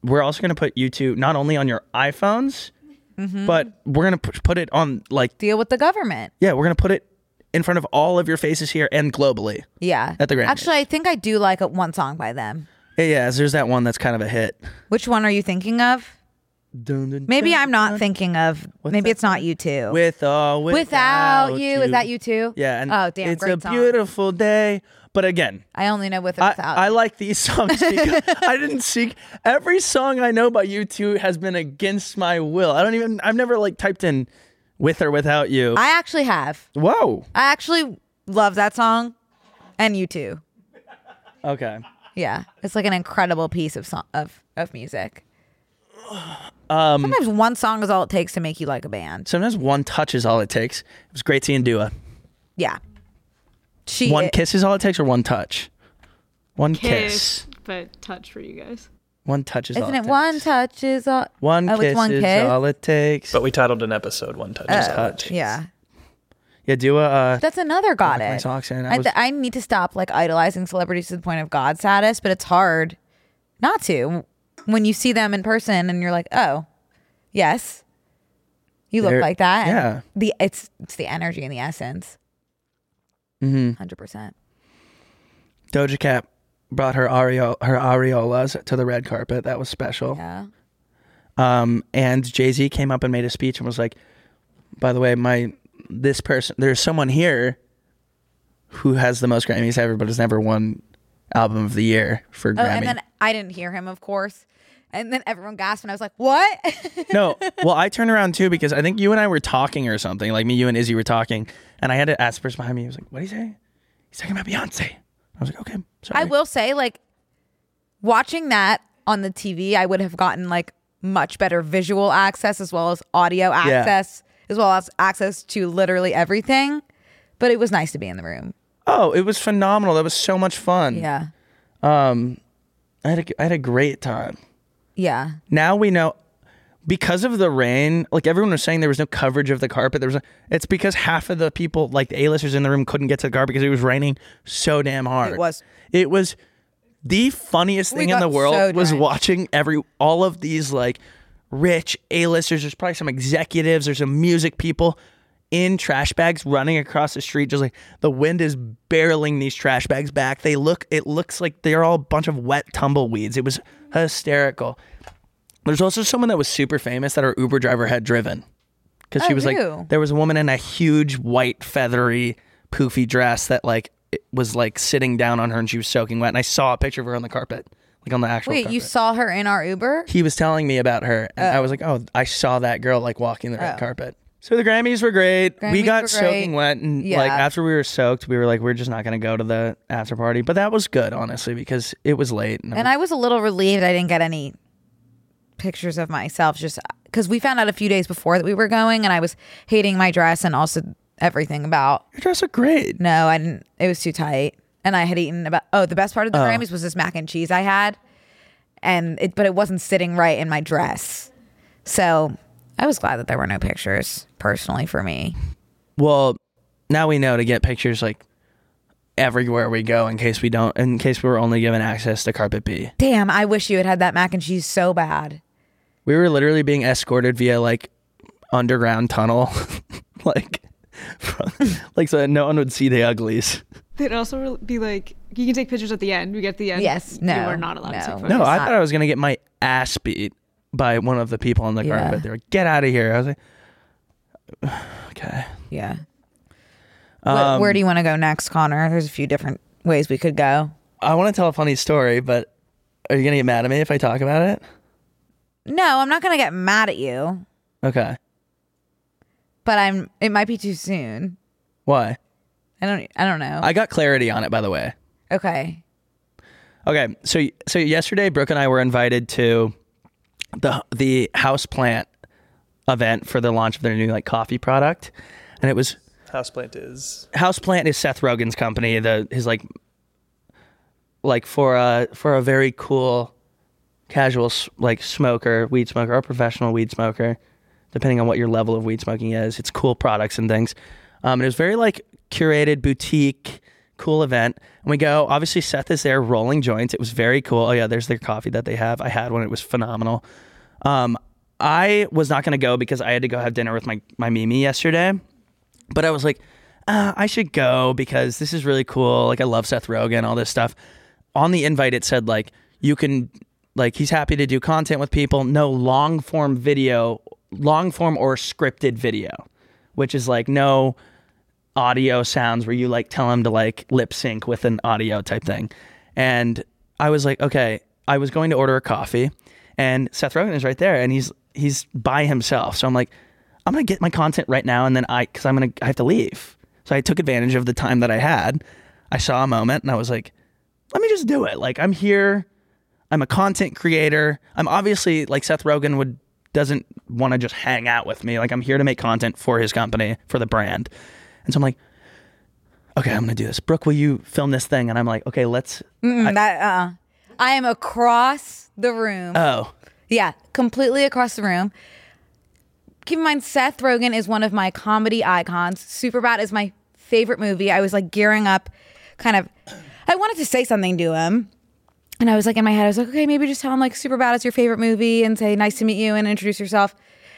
A: we're also going to put U2 not only on your iPhones,
C: Mm-hmm.
A: but we're going to put it on like
C: Deal with the government.
A: yeah, we're going to put it in front of all of your faces here and globally.
C: Yeah,
A: At the Grammys.
C: Actually, I think I do like a, one song by them.
A: Yeah, there's that one that's kind of a hit.
C: Which one are you thinking of?
A: Dun, dun,
C: Maybe
A: dun,
C: I'm not
A: dun.
C: thinking of. maybe
A: that
C: it's not you two.
A: with or
C: Without
A: without,
C: you. Is that you too?
A: Yeah. And
C: Oh, damn,
A: It's
C: great
A: a
C: song.
A: beautiful day. But again,
C: I only know with or
A: I,
C: without.
A: I like these songs because I didn't seek every song I know by you two has been against my will. I don't even I've never like typed in with or without you.
C: I actually have.
A: Whoa.
C: I actually love that song, and you too.
A: Okay.
C: Yeah, it's like an incredible piece of song of of music. Um, Sometimes one song is all it takes to make you like a band.
A: Sometimes one touch is all it takes. It was great seeing Dua.
C: Yeah, she
A: One
C: i-
A: kiss is all it takes or one touch? One kiss.
E: kiss, but touch for you guys.
A: One touch is all
C: Isn't
A: it
C: it
A: takes.
C: one touch is all?
A: One
C: oh,
A: kiss
C: it's one
A: is
C: kiss.
A: all it takes.
D: But we titled an episode "One Touch." Is All It Takes.
C: Oh, yeah,
A: yeah, Dua uh
C: that's another got
A: my
C: it.
A: socks in. I
C: I,
A: was-
C: th- I need to stop like idolizing celebrities to the point of god status, but it's hard not to when you see them in person and you're like, oh, yes, you look
A: They're-
C: like that. and
A: yeah.
C: the it's it's the energy and the essence. Hundred percent.
A: Doja Cat brought her areol- her areolas to the red carpet. That was special.
C: Yeah.
A: Um, and Jay Z came up and made a speech and was like, "By the way, my this person, there's someone here who has the most Grammys ever, but has never won album of the year for
C: Oh,
A: Grammy."
C: and then I didn't hear him, of course. And then everyone gasped, and I was like, "What?"
A: no, well, I turned around too because I think you and I were talking or something. Like me, you and Izzy were talking, and I had to ask the person behind me. He was like, "What did he say?" He's talking about Beyonce. I was like, okay, sorry.
C: I will say, like, watching that on the TV, I would have gotten like much better visual access as well as audio access, as well as access to literally everything. But it was nice to be in the room.
A: Oh, it was phenomenal. That was so much fun.
C: Yeah.
A: I had a, I had a great time.
C: Yeah.
A: Now we know because of the rain, like everyone was saying there was no coverage of the carpet. There was a, it's because half of the people, like the A-listers in the room couldn't get to the carpet because it was raining so damn hard.
C: It was.
A: It was the funniest
C: We
A: thing in
C: got
A: the world
C: so
A: was
C: drenched.
A: watching every all of these like rich A-listers, there's probably some executives, there's some music people in trash bags running across the street just like the wind is barreling these trash bags back. They look it looks like they're all a bunch of wet tumbleweeds. It was hysterical. There's also someone that was super famous that our Uber driver had driven. Because she
C: Oh,
A: was
C: who?
A: like, there was a woman in a huge white feathery poofy dress that like it was like sitting down on her and she was soaking wet. And I saw a picture of her on the carpet, like on the actual.
C: Wait, you
A: carpet.
C: saw her in our Uber?
A: He was telling me about her, and I was like, oh, I saw that girl like walking the red
C: Oh.
A: carpet. So the Grammys were great. we
C: Grammys
A: got
C: were
A: soaking
C: great.
A: wet, and
C: Yeah.
A: like after we were soaked, we were like, we're just not gonna go to the after party. But that was good, honestly, because it was late. And,
C: And I was a little relieved I didn't get any pictures of myself just because we found out a few days before that we were going and I was hating my dress and also everything about
A: your dress looked great.
C: no, I didn't it was too tight. And I had eaten about oh, the best part of the Grammys was this mac and cheese I had. And it but it wasn't sitting right in my dress. So I was glad that there were no pictures personally for me.
A: Well, now we know to get pictures like everywhere we go in case we don't, in case we were only given access to Carpet B.
C: Damn, I wish you had had that mac and cheese so bad.
A: We were literally being escorted via like underground tunnel, like, from, like so that no one would see the uglies.
E: They'd also re- be like, you can take pictures at the end. We get to the end.
C: Yes,
E: You
C: no,
E: are not allowed
C: no.
E: to take photos.
A: No, I
C: not-
A: thought I was gonna get my ass beat by one of the people on the
C: Yeah.
A: carpet. They were like, "Get out of here!" I was like, "Okay."
C: Yeah. Wh-
A: Um,
C: where do you want to go next, Connor? There's a few different ways we could go.
A: I want to tell a funny story, but are you gonna get mad at me if I talk about it?
C: No, I'm not gonna get mad at you,
A: Okay.
C: but I'm. It might be too soon.
A: Why?
C: I don't. I don't know.
A: I got clarity on it, by the way.
C: okay.
A: Okay, so so yesterday Brooke and I were invited to the the house plant event for the launch of their new like coffee product, and it was
D: Houseplant is
A: Houseplant is Seth Rogen's company. The his like like for a for a very cool casual s- like smoker, weed smoker, or professional weed smoker, depending on what your level of weed smoking is. It's cool products and things. Um, and it was very like curated boutique, cool event. And we go. Obviously, Seth is there rolling joints. It was very cool. Oh yeah, there's their coffee that they have. I had one. It was phenomenal. Um, I was not gonna go because I had to go have dinner with my my Mimi yesterday but I was like, uh, I should go because this is really cool. Like, I love Seth Rogen, all this stuff. On the invite, it said, like, you can, like, he's happy to do content with people, no long form video, long form or scripted video, which is like, no audio sounds where you like tell him to like lip sync with an audio type thing. And I was like, okay, I was going to order a coffee and Seth Rogen is right there and he's he's by himself. So I'm like, I'm going to get my content right now and then I cuz I'm going to I have to leave. So I took advantage of the time that I had. I saw a moment and I was like, let me just do it. Like I'm here. I'm a content creator. I'm obviously like Seth Rogen would doesn't want to just hang out with me. Like I'm here to make content for his company, for the brand. And so I'm like, okay, I'm gonna do this. Brooke, will you film this thing? And I'm like, okay, let's.
C: Mm, that. Uh. I am across the room.
A: Oh,
C: yeah, completely across the room. Keep in mind, Seth Rogen is one of my comedy icons. Superbad is my favorite movie. I was like gearing up, kind of. I wanted to say something to him. And I was like in my head, I was like, okay, maybe just tell him like super bad is your favorite movie and say nice to meet you and introduce yourself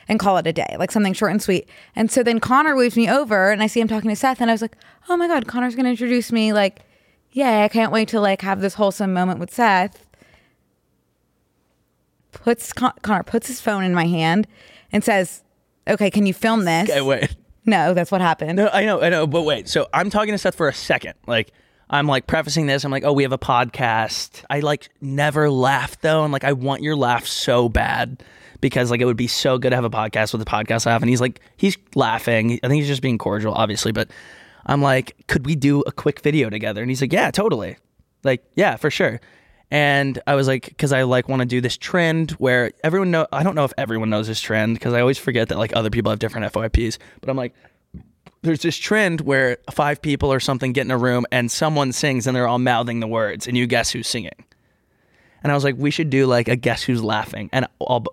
C: and call it a day, like something short and sweet. And so then Connor waves me over and I see him talking to Seth and I was like, oh my God, Connor's gonna introduce me. Like, yay, I can't wait to like have this wholesome moment with Seth. Puts Con- Connor puts his phone in my hand and says, okay, can you film this?
A: okay, wait.
C: No, that's what happened.
A: No, I know, I know, but wait. So I'm talking to Seth for a second. Like I'm like prefacing this. I'm like, oh, we have a podcast. I like never laugh though, and like I want your laugh so bad because like it would be so good to have a podcast with a podcast laugh. And he's like, he's laughing. I think he's just being cordial, obviously. But I'm like, could we do a quick video together? And he's like, yeah, totally. Like, yeah, for sure. And I was like, because I like want to do this trend where everyone know. I don't know if everyone knows this trend because I always forget that like other people have different FYPs. But I'm like, there's this trend where five people or something get in a room and someone sings and they're all mouthing the words and you guess who's singing. And I was like, we should do like a guess who's laughing and I'll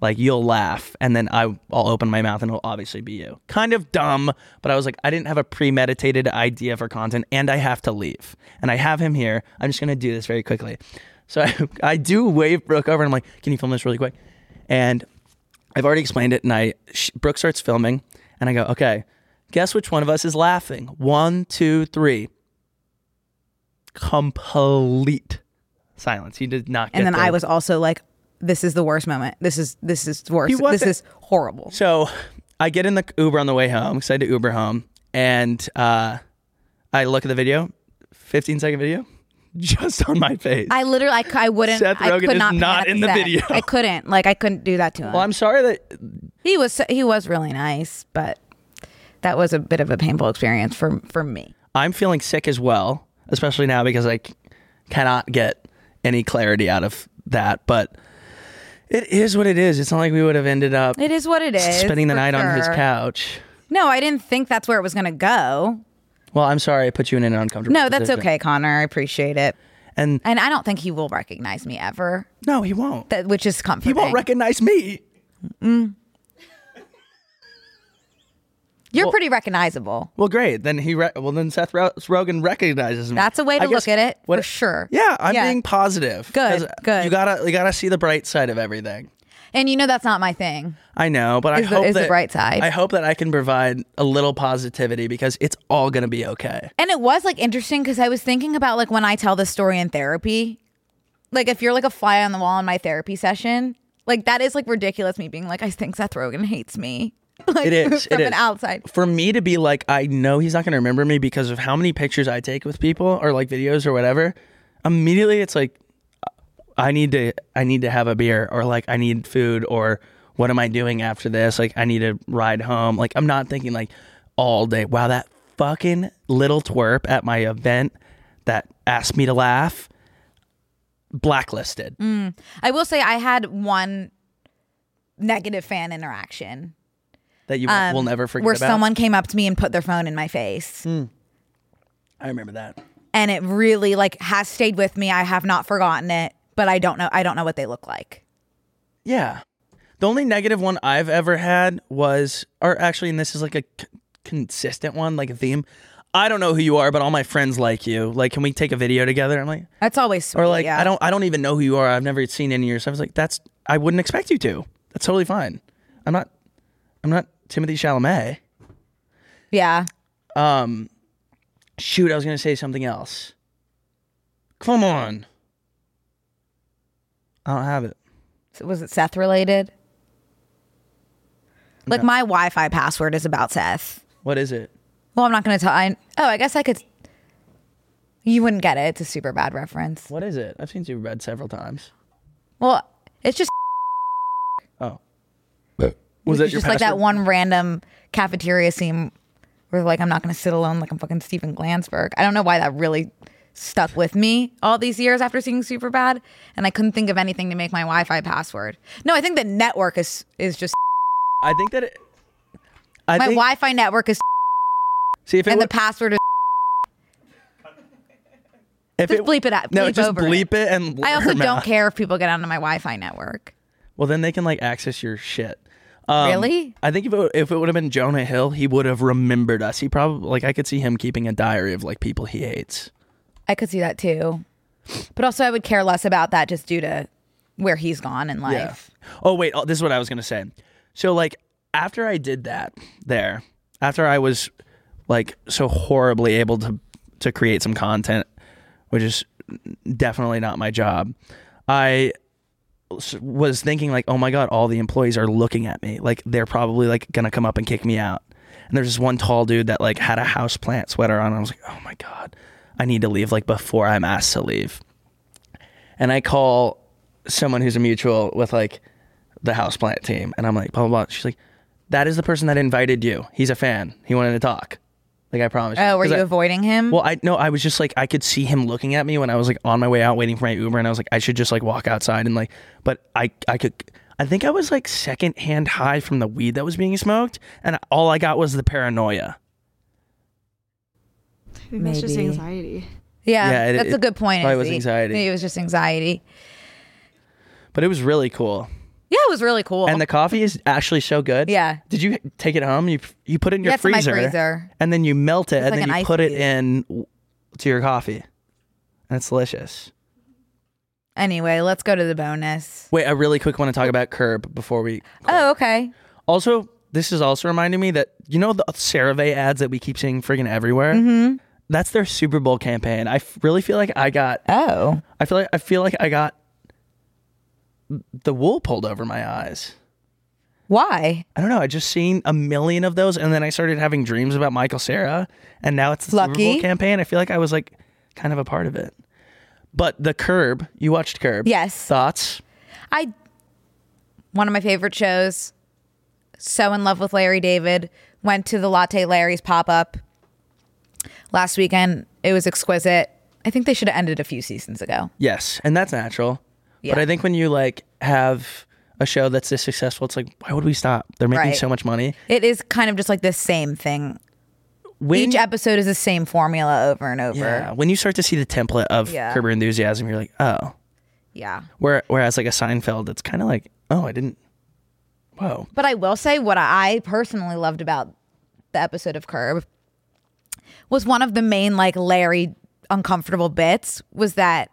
A: like you'll laugh and then I, I'll open my mouth and it'll obviously be you. Kind of dumb, but I was like, I didn't have a premeditated idea for content and I have to leave and I have him here. I'm just gonna do this very quickly. So I, I do wave Brooke over and I'm like, can you film this really quick? And I've already explained it, and I sh- Brooke starts filming, and I go, okay, guess which one of us is laughing? One, two, three. Complete silence. He did not. Get
C: And then
A: the-
C: I was also like, this is the worst moment. This is this is worse.
A: He
C: This
A: wasn't-
C: is horrible.
A: So I get in the Uber on the way home because I had to Uber home, and uh, I look at the video, 15 second video, just on my face.
C: I literally, I, cou- I wouldn't.
A: Seth
C: I
A: Rogen
C: could
A: is
C: not.
A: not
C: pan
A: in the
C: Seth.
A: video.
C: I couldn't. Like I couldn't do that to him.
A: well, I'm sorry that
C: he was he was really nice, but that was a bit of a painful experience for for me.
A: I'm feeling sick as well, especially now because I c- cannot get any clarity out of that. But it is what it is. It's not like we would have ended up
C: It is what it is.
A: spending the
C: for
A: night on his
C: sure.
A: couch.
C: No, I didn't think that's where it was going to go.
A: Well, I'm sorry I put you in an uncomfortable.
C: No, that's
A: position.
C: okay, Connor. I appreciate it,
A: And
C: and I don't think he will recognize me ever,
A: no, he won't.
C: that which is comforting.
A: He won't recognize me.
C: You're pretty recognizable.
A: Well, great. Then he. Re- well, then Seth Ro- Rogen recognizes me.
C: That's a way
A: I
C: to look
A: guess-
C: at it
A: what-
C: for sure.
A: Yeah, I'm being positive.
C: Good,
A: 'Cause
C: good.
A: You gotta, you gotta see the bright side of everything.
C: and you know that's not my thing.
A: I know, but
C: Is
A: I
C: the-
A: hope
C: is the
A: that
C: bright side.
A: I hope that I can provide a little positivity because it's all gonna be okay.
C: And it was like interesting because I was thinking about like when I tell this story in therapy, like if you're like a fly on the wall in my therapy session, like that is like ridiculous. Me being like, I think Seth Rogen hates me. Like,
A: It is.
C: from
A: it is.
C: an outside.
A: For me to be like, I know he's not gonna remember me because of how many pictures I take with people or like videos or whatever. Immediately, it's like, I need to, I need to have a beer or like I need food or what am I doing after this? Like I need to ride home. Like I'm not thinking like all day. Wow, that fucking little twerp at my event that asked me to laugh. Blacklisted.
C: Mm. I will say I had one negative fan interaction
A: that you won't-
C: um,
A: will never forget
C: where
A: about.
C: someone came up to me and put their phone in my face.
A: I remember that.
C: And it really like has stayed with me. I have not forgotten it, but I don't know I don't know what they look like.
A: Yeah. The only negative one I've ever had was, or actually, and this is like a c- consistent one, like a theme. I don't know who you are, but all my friends like you. Like, can we take a video together? I'm like,
C: That's always sweet.
A: or like,
C: yeah.
A: I don't, I don't even know who you are. I've never seen any of your stuff. It's like, that's, I wouldn't expect you to. That's totally fine. I'm not, I'm not Timothy Chalamet.
C: Yeah.
A: Um, shoot, I was gonna say something else. Come on. I don't have it.
C: was it Seth related? Like my Wi-Fi password is about Seth.
A: What is it?
C: Well, I'm not going to tell. I, oh, I guess I could. You wouldn't get it. It's a super bad reference.
A: What is it? I've seen Superbad several times.
C: Well, it's just
A: Oh.
C: it's
A: Was that your
C: just like that
A: password?
C: one random cafeteria scene where like I'm not going to sit alone like I'm fucking Stephen Glansberg. I don't know why that really stuck with me all these years after seeing super bad and I couldn't think of anything to make my Wi-Fi password. No, I think the network is is just
A: I think that it. I
C: my
A: think,
C: Wi-Fi network is
A: See if it.
C: and the
A: were-
C: password is
A: if
C: just bleep it out.
A: No,
C: bleep
A: just
C: over
A: bleep it, and.
C: I also
A: blur 'em
C: don't
A: out.
C: care if people get onto my Wi-Fi network.
A: Well, then they can like access your shit. Um,
C: Really?
A: I think if it, if it would have been Jonah Hill, he would have remembered us. He probably like I could see him keeping a diary of like people he hates.
C: I could see that too, but also I would care less about that just due to where he's gone in life.
A: Oh wait, oh, this is what I was gonna say. So like after I did that there, after I was like so horribly able to to create some content, which is definitely not my job. I s- was thinking like, oh my god, all the employees are looking at me. Like they're probably like gonna come up and kick me out. And there's this one tall dude that like had a house plant sweater on. And I was like, oh my god, I need to leave like before I'm asked to leave. And I call someone who's a mutual with like the house plant team, and I'm like, blah blah blah. She's like, that is the person that invited you. He's a fan. He wanted to talk. Like I promise.
C: Oh, were
A: 'Cause
C: you
A: I-
C: avoiding him?
A: Well, I no, I was just like I could see him looking at me when I was like on my way out waiting for my Uber, and I was like I should just like walk outside and like, but I I could. I think I was like second hand high from the weed that was being smoked, and all I got was the paranoia.
E: I think that's just
C: Maybe.
E: anxiety.
C: yeah,
A: yeah, it-
C: that's a
A: it
C: good point.
A: probably was
C: Izzy.
A: anxiety.
C: Maybe it was just anxiety.
A: But it was really cool,
C: Yeah, it was really cool.
A: and the coffee is actually so good.
C: Yeah.
A: Did you take it home? You you put it in your
C: Yeah, it's in my
A: freezer,
C: freezer.
A: and then you melt it, and
C: like
A: then
C: an
A: you
C: ice
A: put it
C: cube.
A: in w- to your coffee, and it's delicious.
C: anyway, let's go to the bonus.
A: Wait, a really quick one to talk about Curb before we
C: Oh, okay.
A: Also, this is also reminding me that you know the CeraVe ads that we keep seeing friggin' everywhere. Mm-hmm. That's their Super Bowl campaign. I f- really feel like I got.
C: Oh,
A: I feel like I feel like I got the wool pulled over my eyes.
C: why?
A: I don't know. I just seen a million of those, and then I started having dreams about Michael Sarah, and now it's the Super
C: Lucky.
A: Bowl campaign. I feel like I was like kind of a part of it. But the Curb, you watched Curb,
C: Yes.
A: Thoughts?
C: I one of my favorite shows. So in love with Larry David. Went to the Latte Larry's pop up last weekend. It was exquisite. I think they should have ended a few seasons ago.
A: Yes, and that's natural. But
C: Yeah.
A: I think when you like have a show that's this successful, it's like, why would we stop? They're making
C: Right.
A: so much money.
C: It is kind of just like the same thing.
A: When,
C: Each episode is the same formula over and over.
A: yeah, when you start to see the template of
C: Yeah.
A: Curb Your Enthusiasm, you're like, oh.
C: yeah.
A: Where, whereas like a Seinfeld, it's kind of like, oh, I didn't. Whoa.
C: But I will say what I personally loved about the episode of Curb was one of the main like Larry uncomfortable bits was that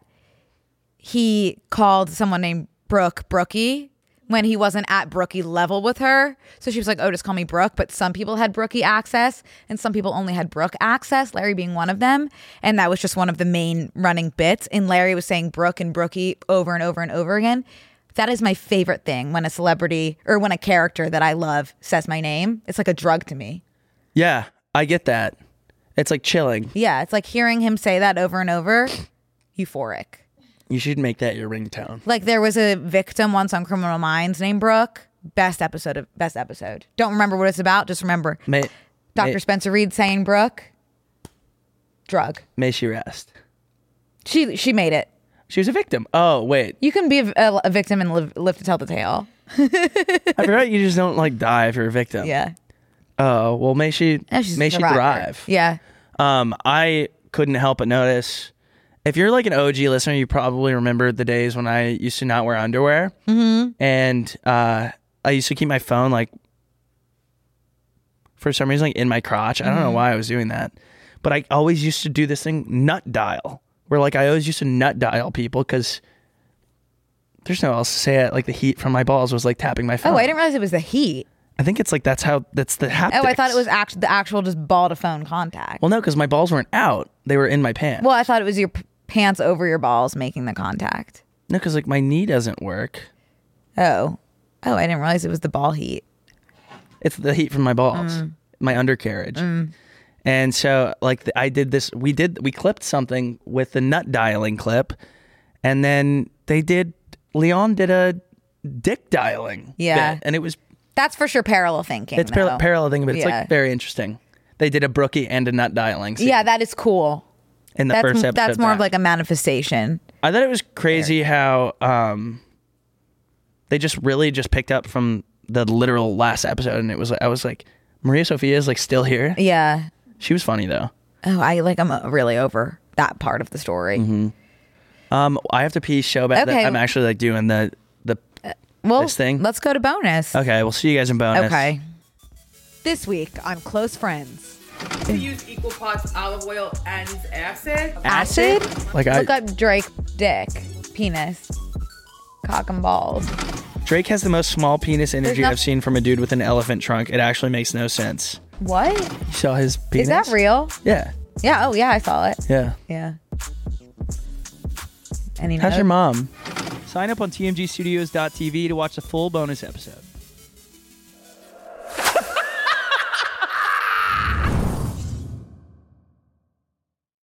C: he called someone named Brooke Brookie when he wasn't at Brookie level with her. So she was like, "Oh, just call me Brooke." But some people had Brookie access, and some people only had Brooke access. Larry being one of them, and that was just one of the main running bits. And Larry was saying Brooke and Brookie over and over and over again. That is my favorite thing when a celebrity or when a character that I love says my name. It's like a drug to me.
A: Yeah, I get that. It's like chilling.
C: Yeah, it's like hearing him say that over and over, euphoric.
A: You should make that your ringtone.
C: Like there was a victim once on Criminal Minds named Brooke. Best episode of best episode. Don't remember what it's about. Just remember
A: May,
C: Dr.
A: may-
C: Spencer Reed saying Brooke. Drug.
A: may she rest.
C: She she made it.
A: She was a victim. Oh wait,
C: You can be a, a- a victim and live, live to tell the tale.
A: I forgot. You just don't like die if you're a victim.
C: Yeah.
A: Oh well, may she
C: Yeah, she's a
A: may she
C: survivor.
A: thrive.
C: Yeah.
A: Um, I couldn't help but notice. If you're like an OG listener, you probably remember the days when I used to not wear underwear, mm-hmm. and uh, I used to keep my phone like for some reason like in my crotch. I don't
C: Mm-hmm.
A: know why I was doing that, but I always used to do this thing nut dial, where like I always used to nut dial people because there's no else to say it. Like the heat from my balls was like tapping my phone.
C: Oh, I didn't realize it was the heat.
A: I think it's like that's how that's the haptics.
C: Oh, I thought it was act- the actual just ball to phone contact. Well,
A: Well, no, because my balls weren't out; they were in my pants.
C: I thought it was your p- pants over your balls making the contact.
A: No, because like my knee doesn't work.
C: Oh. Oh, I didn't realize it was the ball heat.
A: It's the heat from my balls,
C: Mm.
A: my undercarriage. And so, like, th- I did this. We did. We clipped something with the nut dialing clip, and then they did. Leon did a dick dialing.
C: Yeah.
A: bit, and it was
C: That's for sure parallel thinking.
A: it's parallel,
C: though.
A: parallel thing, but it's
C: Yeah.
A: like very interesting. They did a brookie and a nut dialing. Scene
C: Yeah, that is cool.
A: in the
C: That's
A: first episode.
C: that's more of
A: back.
C: like a manifestation.
A: I thought it was crazy how um, they just really just picked up from the literal last episode, and it was like I was like Maria Sophia is like still here.
C: Yeah.
A: She was funny though.
C: Oh, I like I'm uh, really over that part of the story.
A: Mm-hmm. Um, I have to pee. Show back
C: Okay.
A: that I'm actually like doing the the.
C: Well,
A: This thing?
C: let's go to bonus.
A: Okay, we'll see you guys in bonus.
C: okay. This week on Close Friends.
F: We use equal parts olive oil and acid.
C: Acid?
A: Like I,
C: Look up Drake dick, penis, cock and balls.
A: Drake has the most small penis energy
C: not-
A: I've seen from a dude with an elephant trunk. It actually makes no sense.
C: What? Is
A: You saw his penis.
C: that real?
A: Yeah,
C: Yeah. Oh, yeah, I saw it.
A: yeah.
C: Yeah. Any
A: How's
C: notes?
A: your mom? Sign up on TMGstudios.tv to watch the full bonus episode.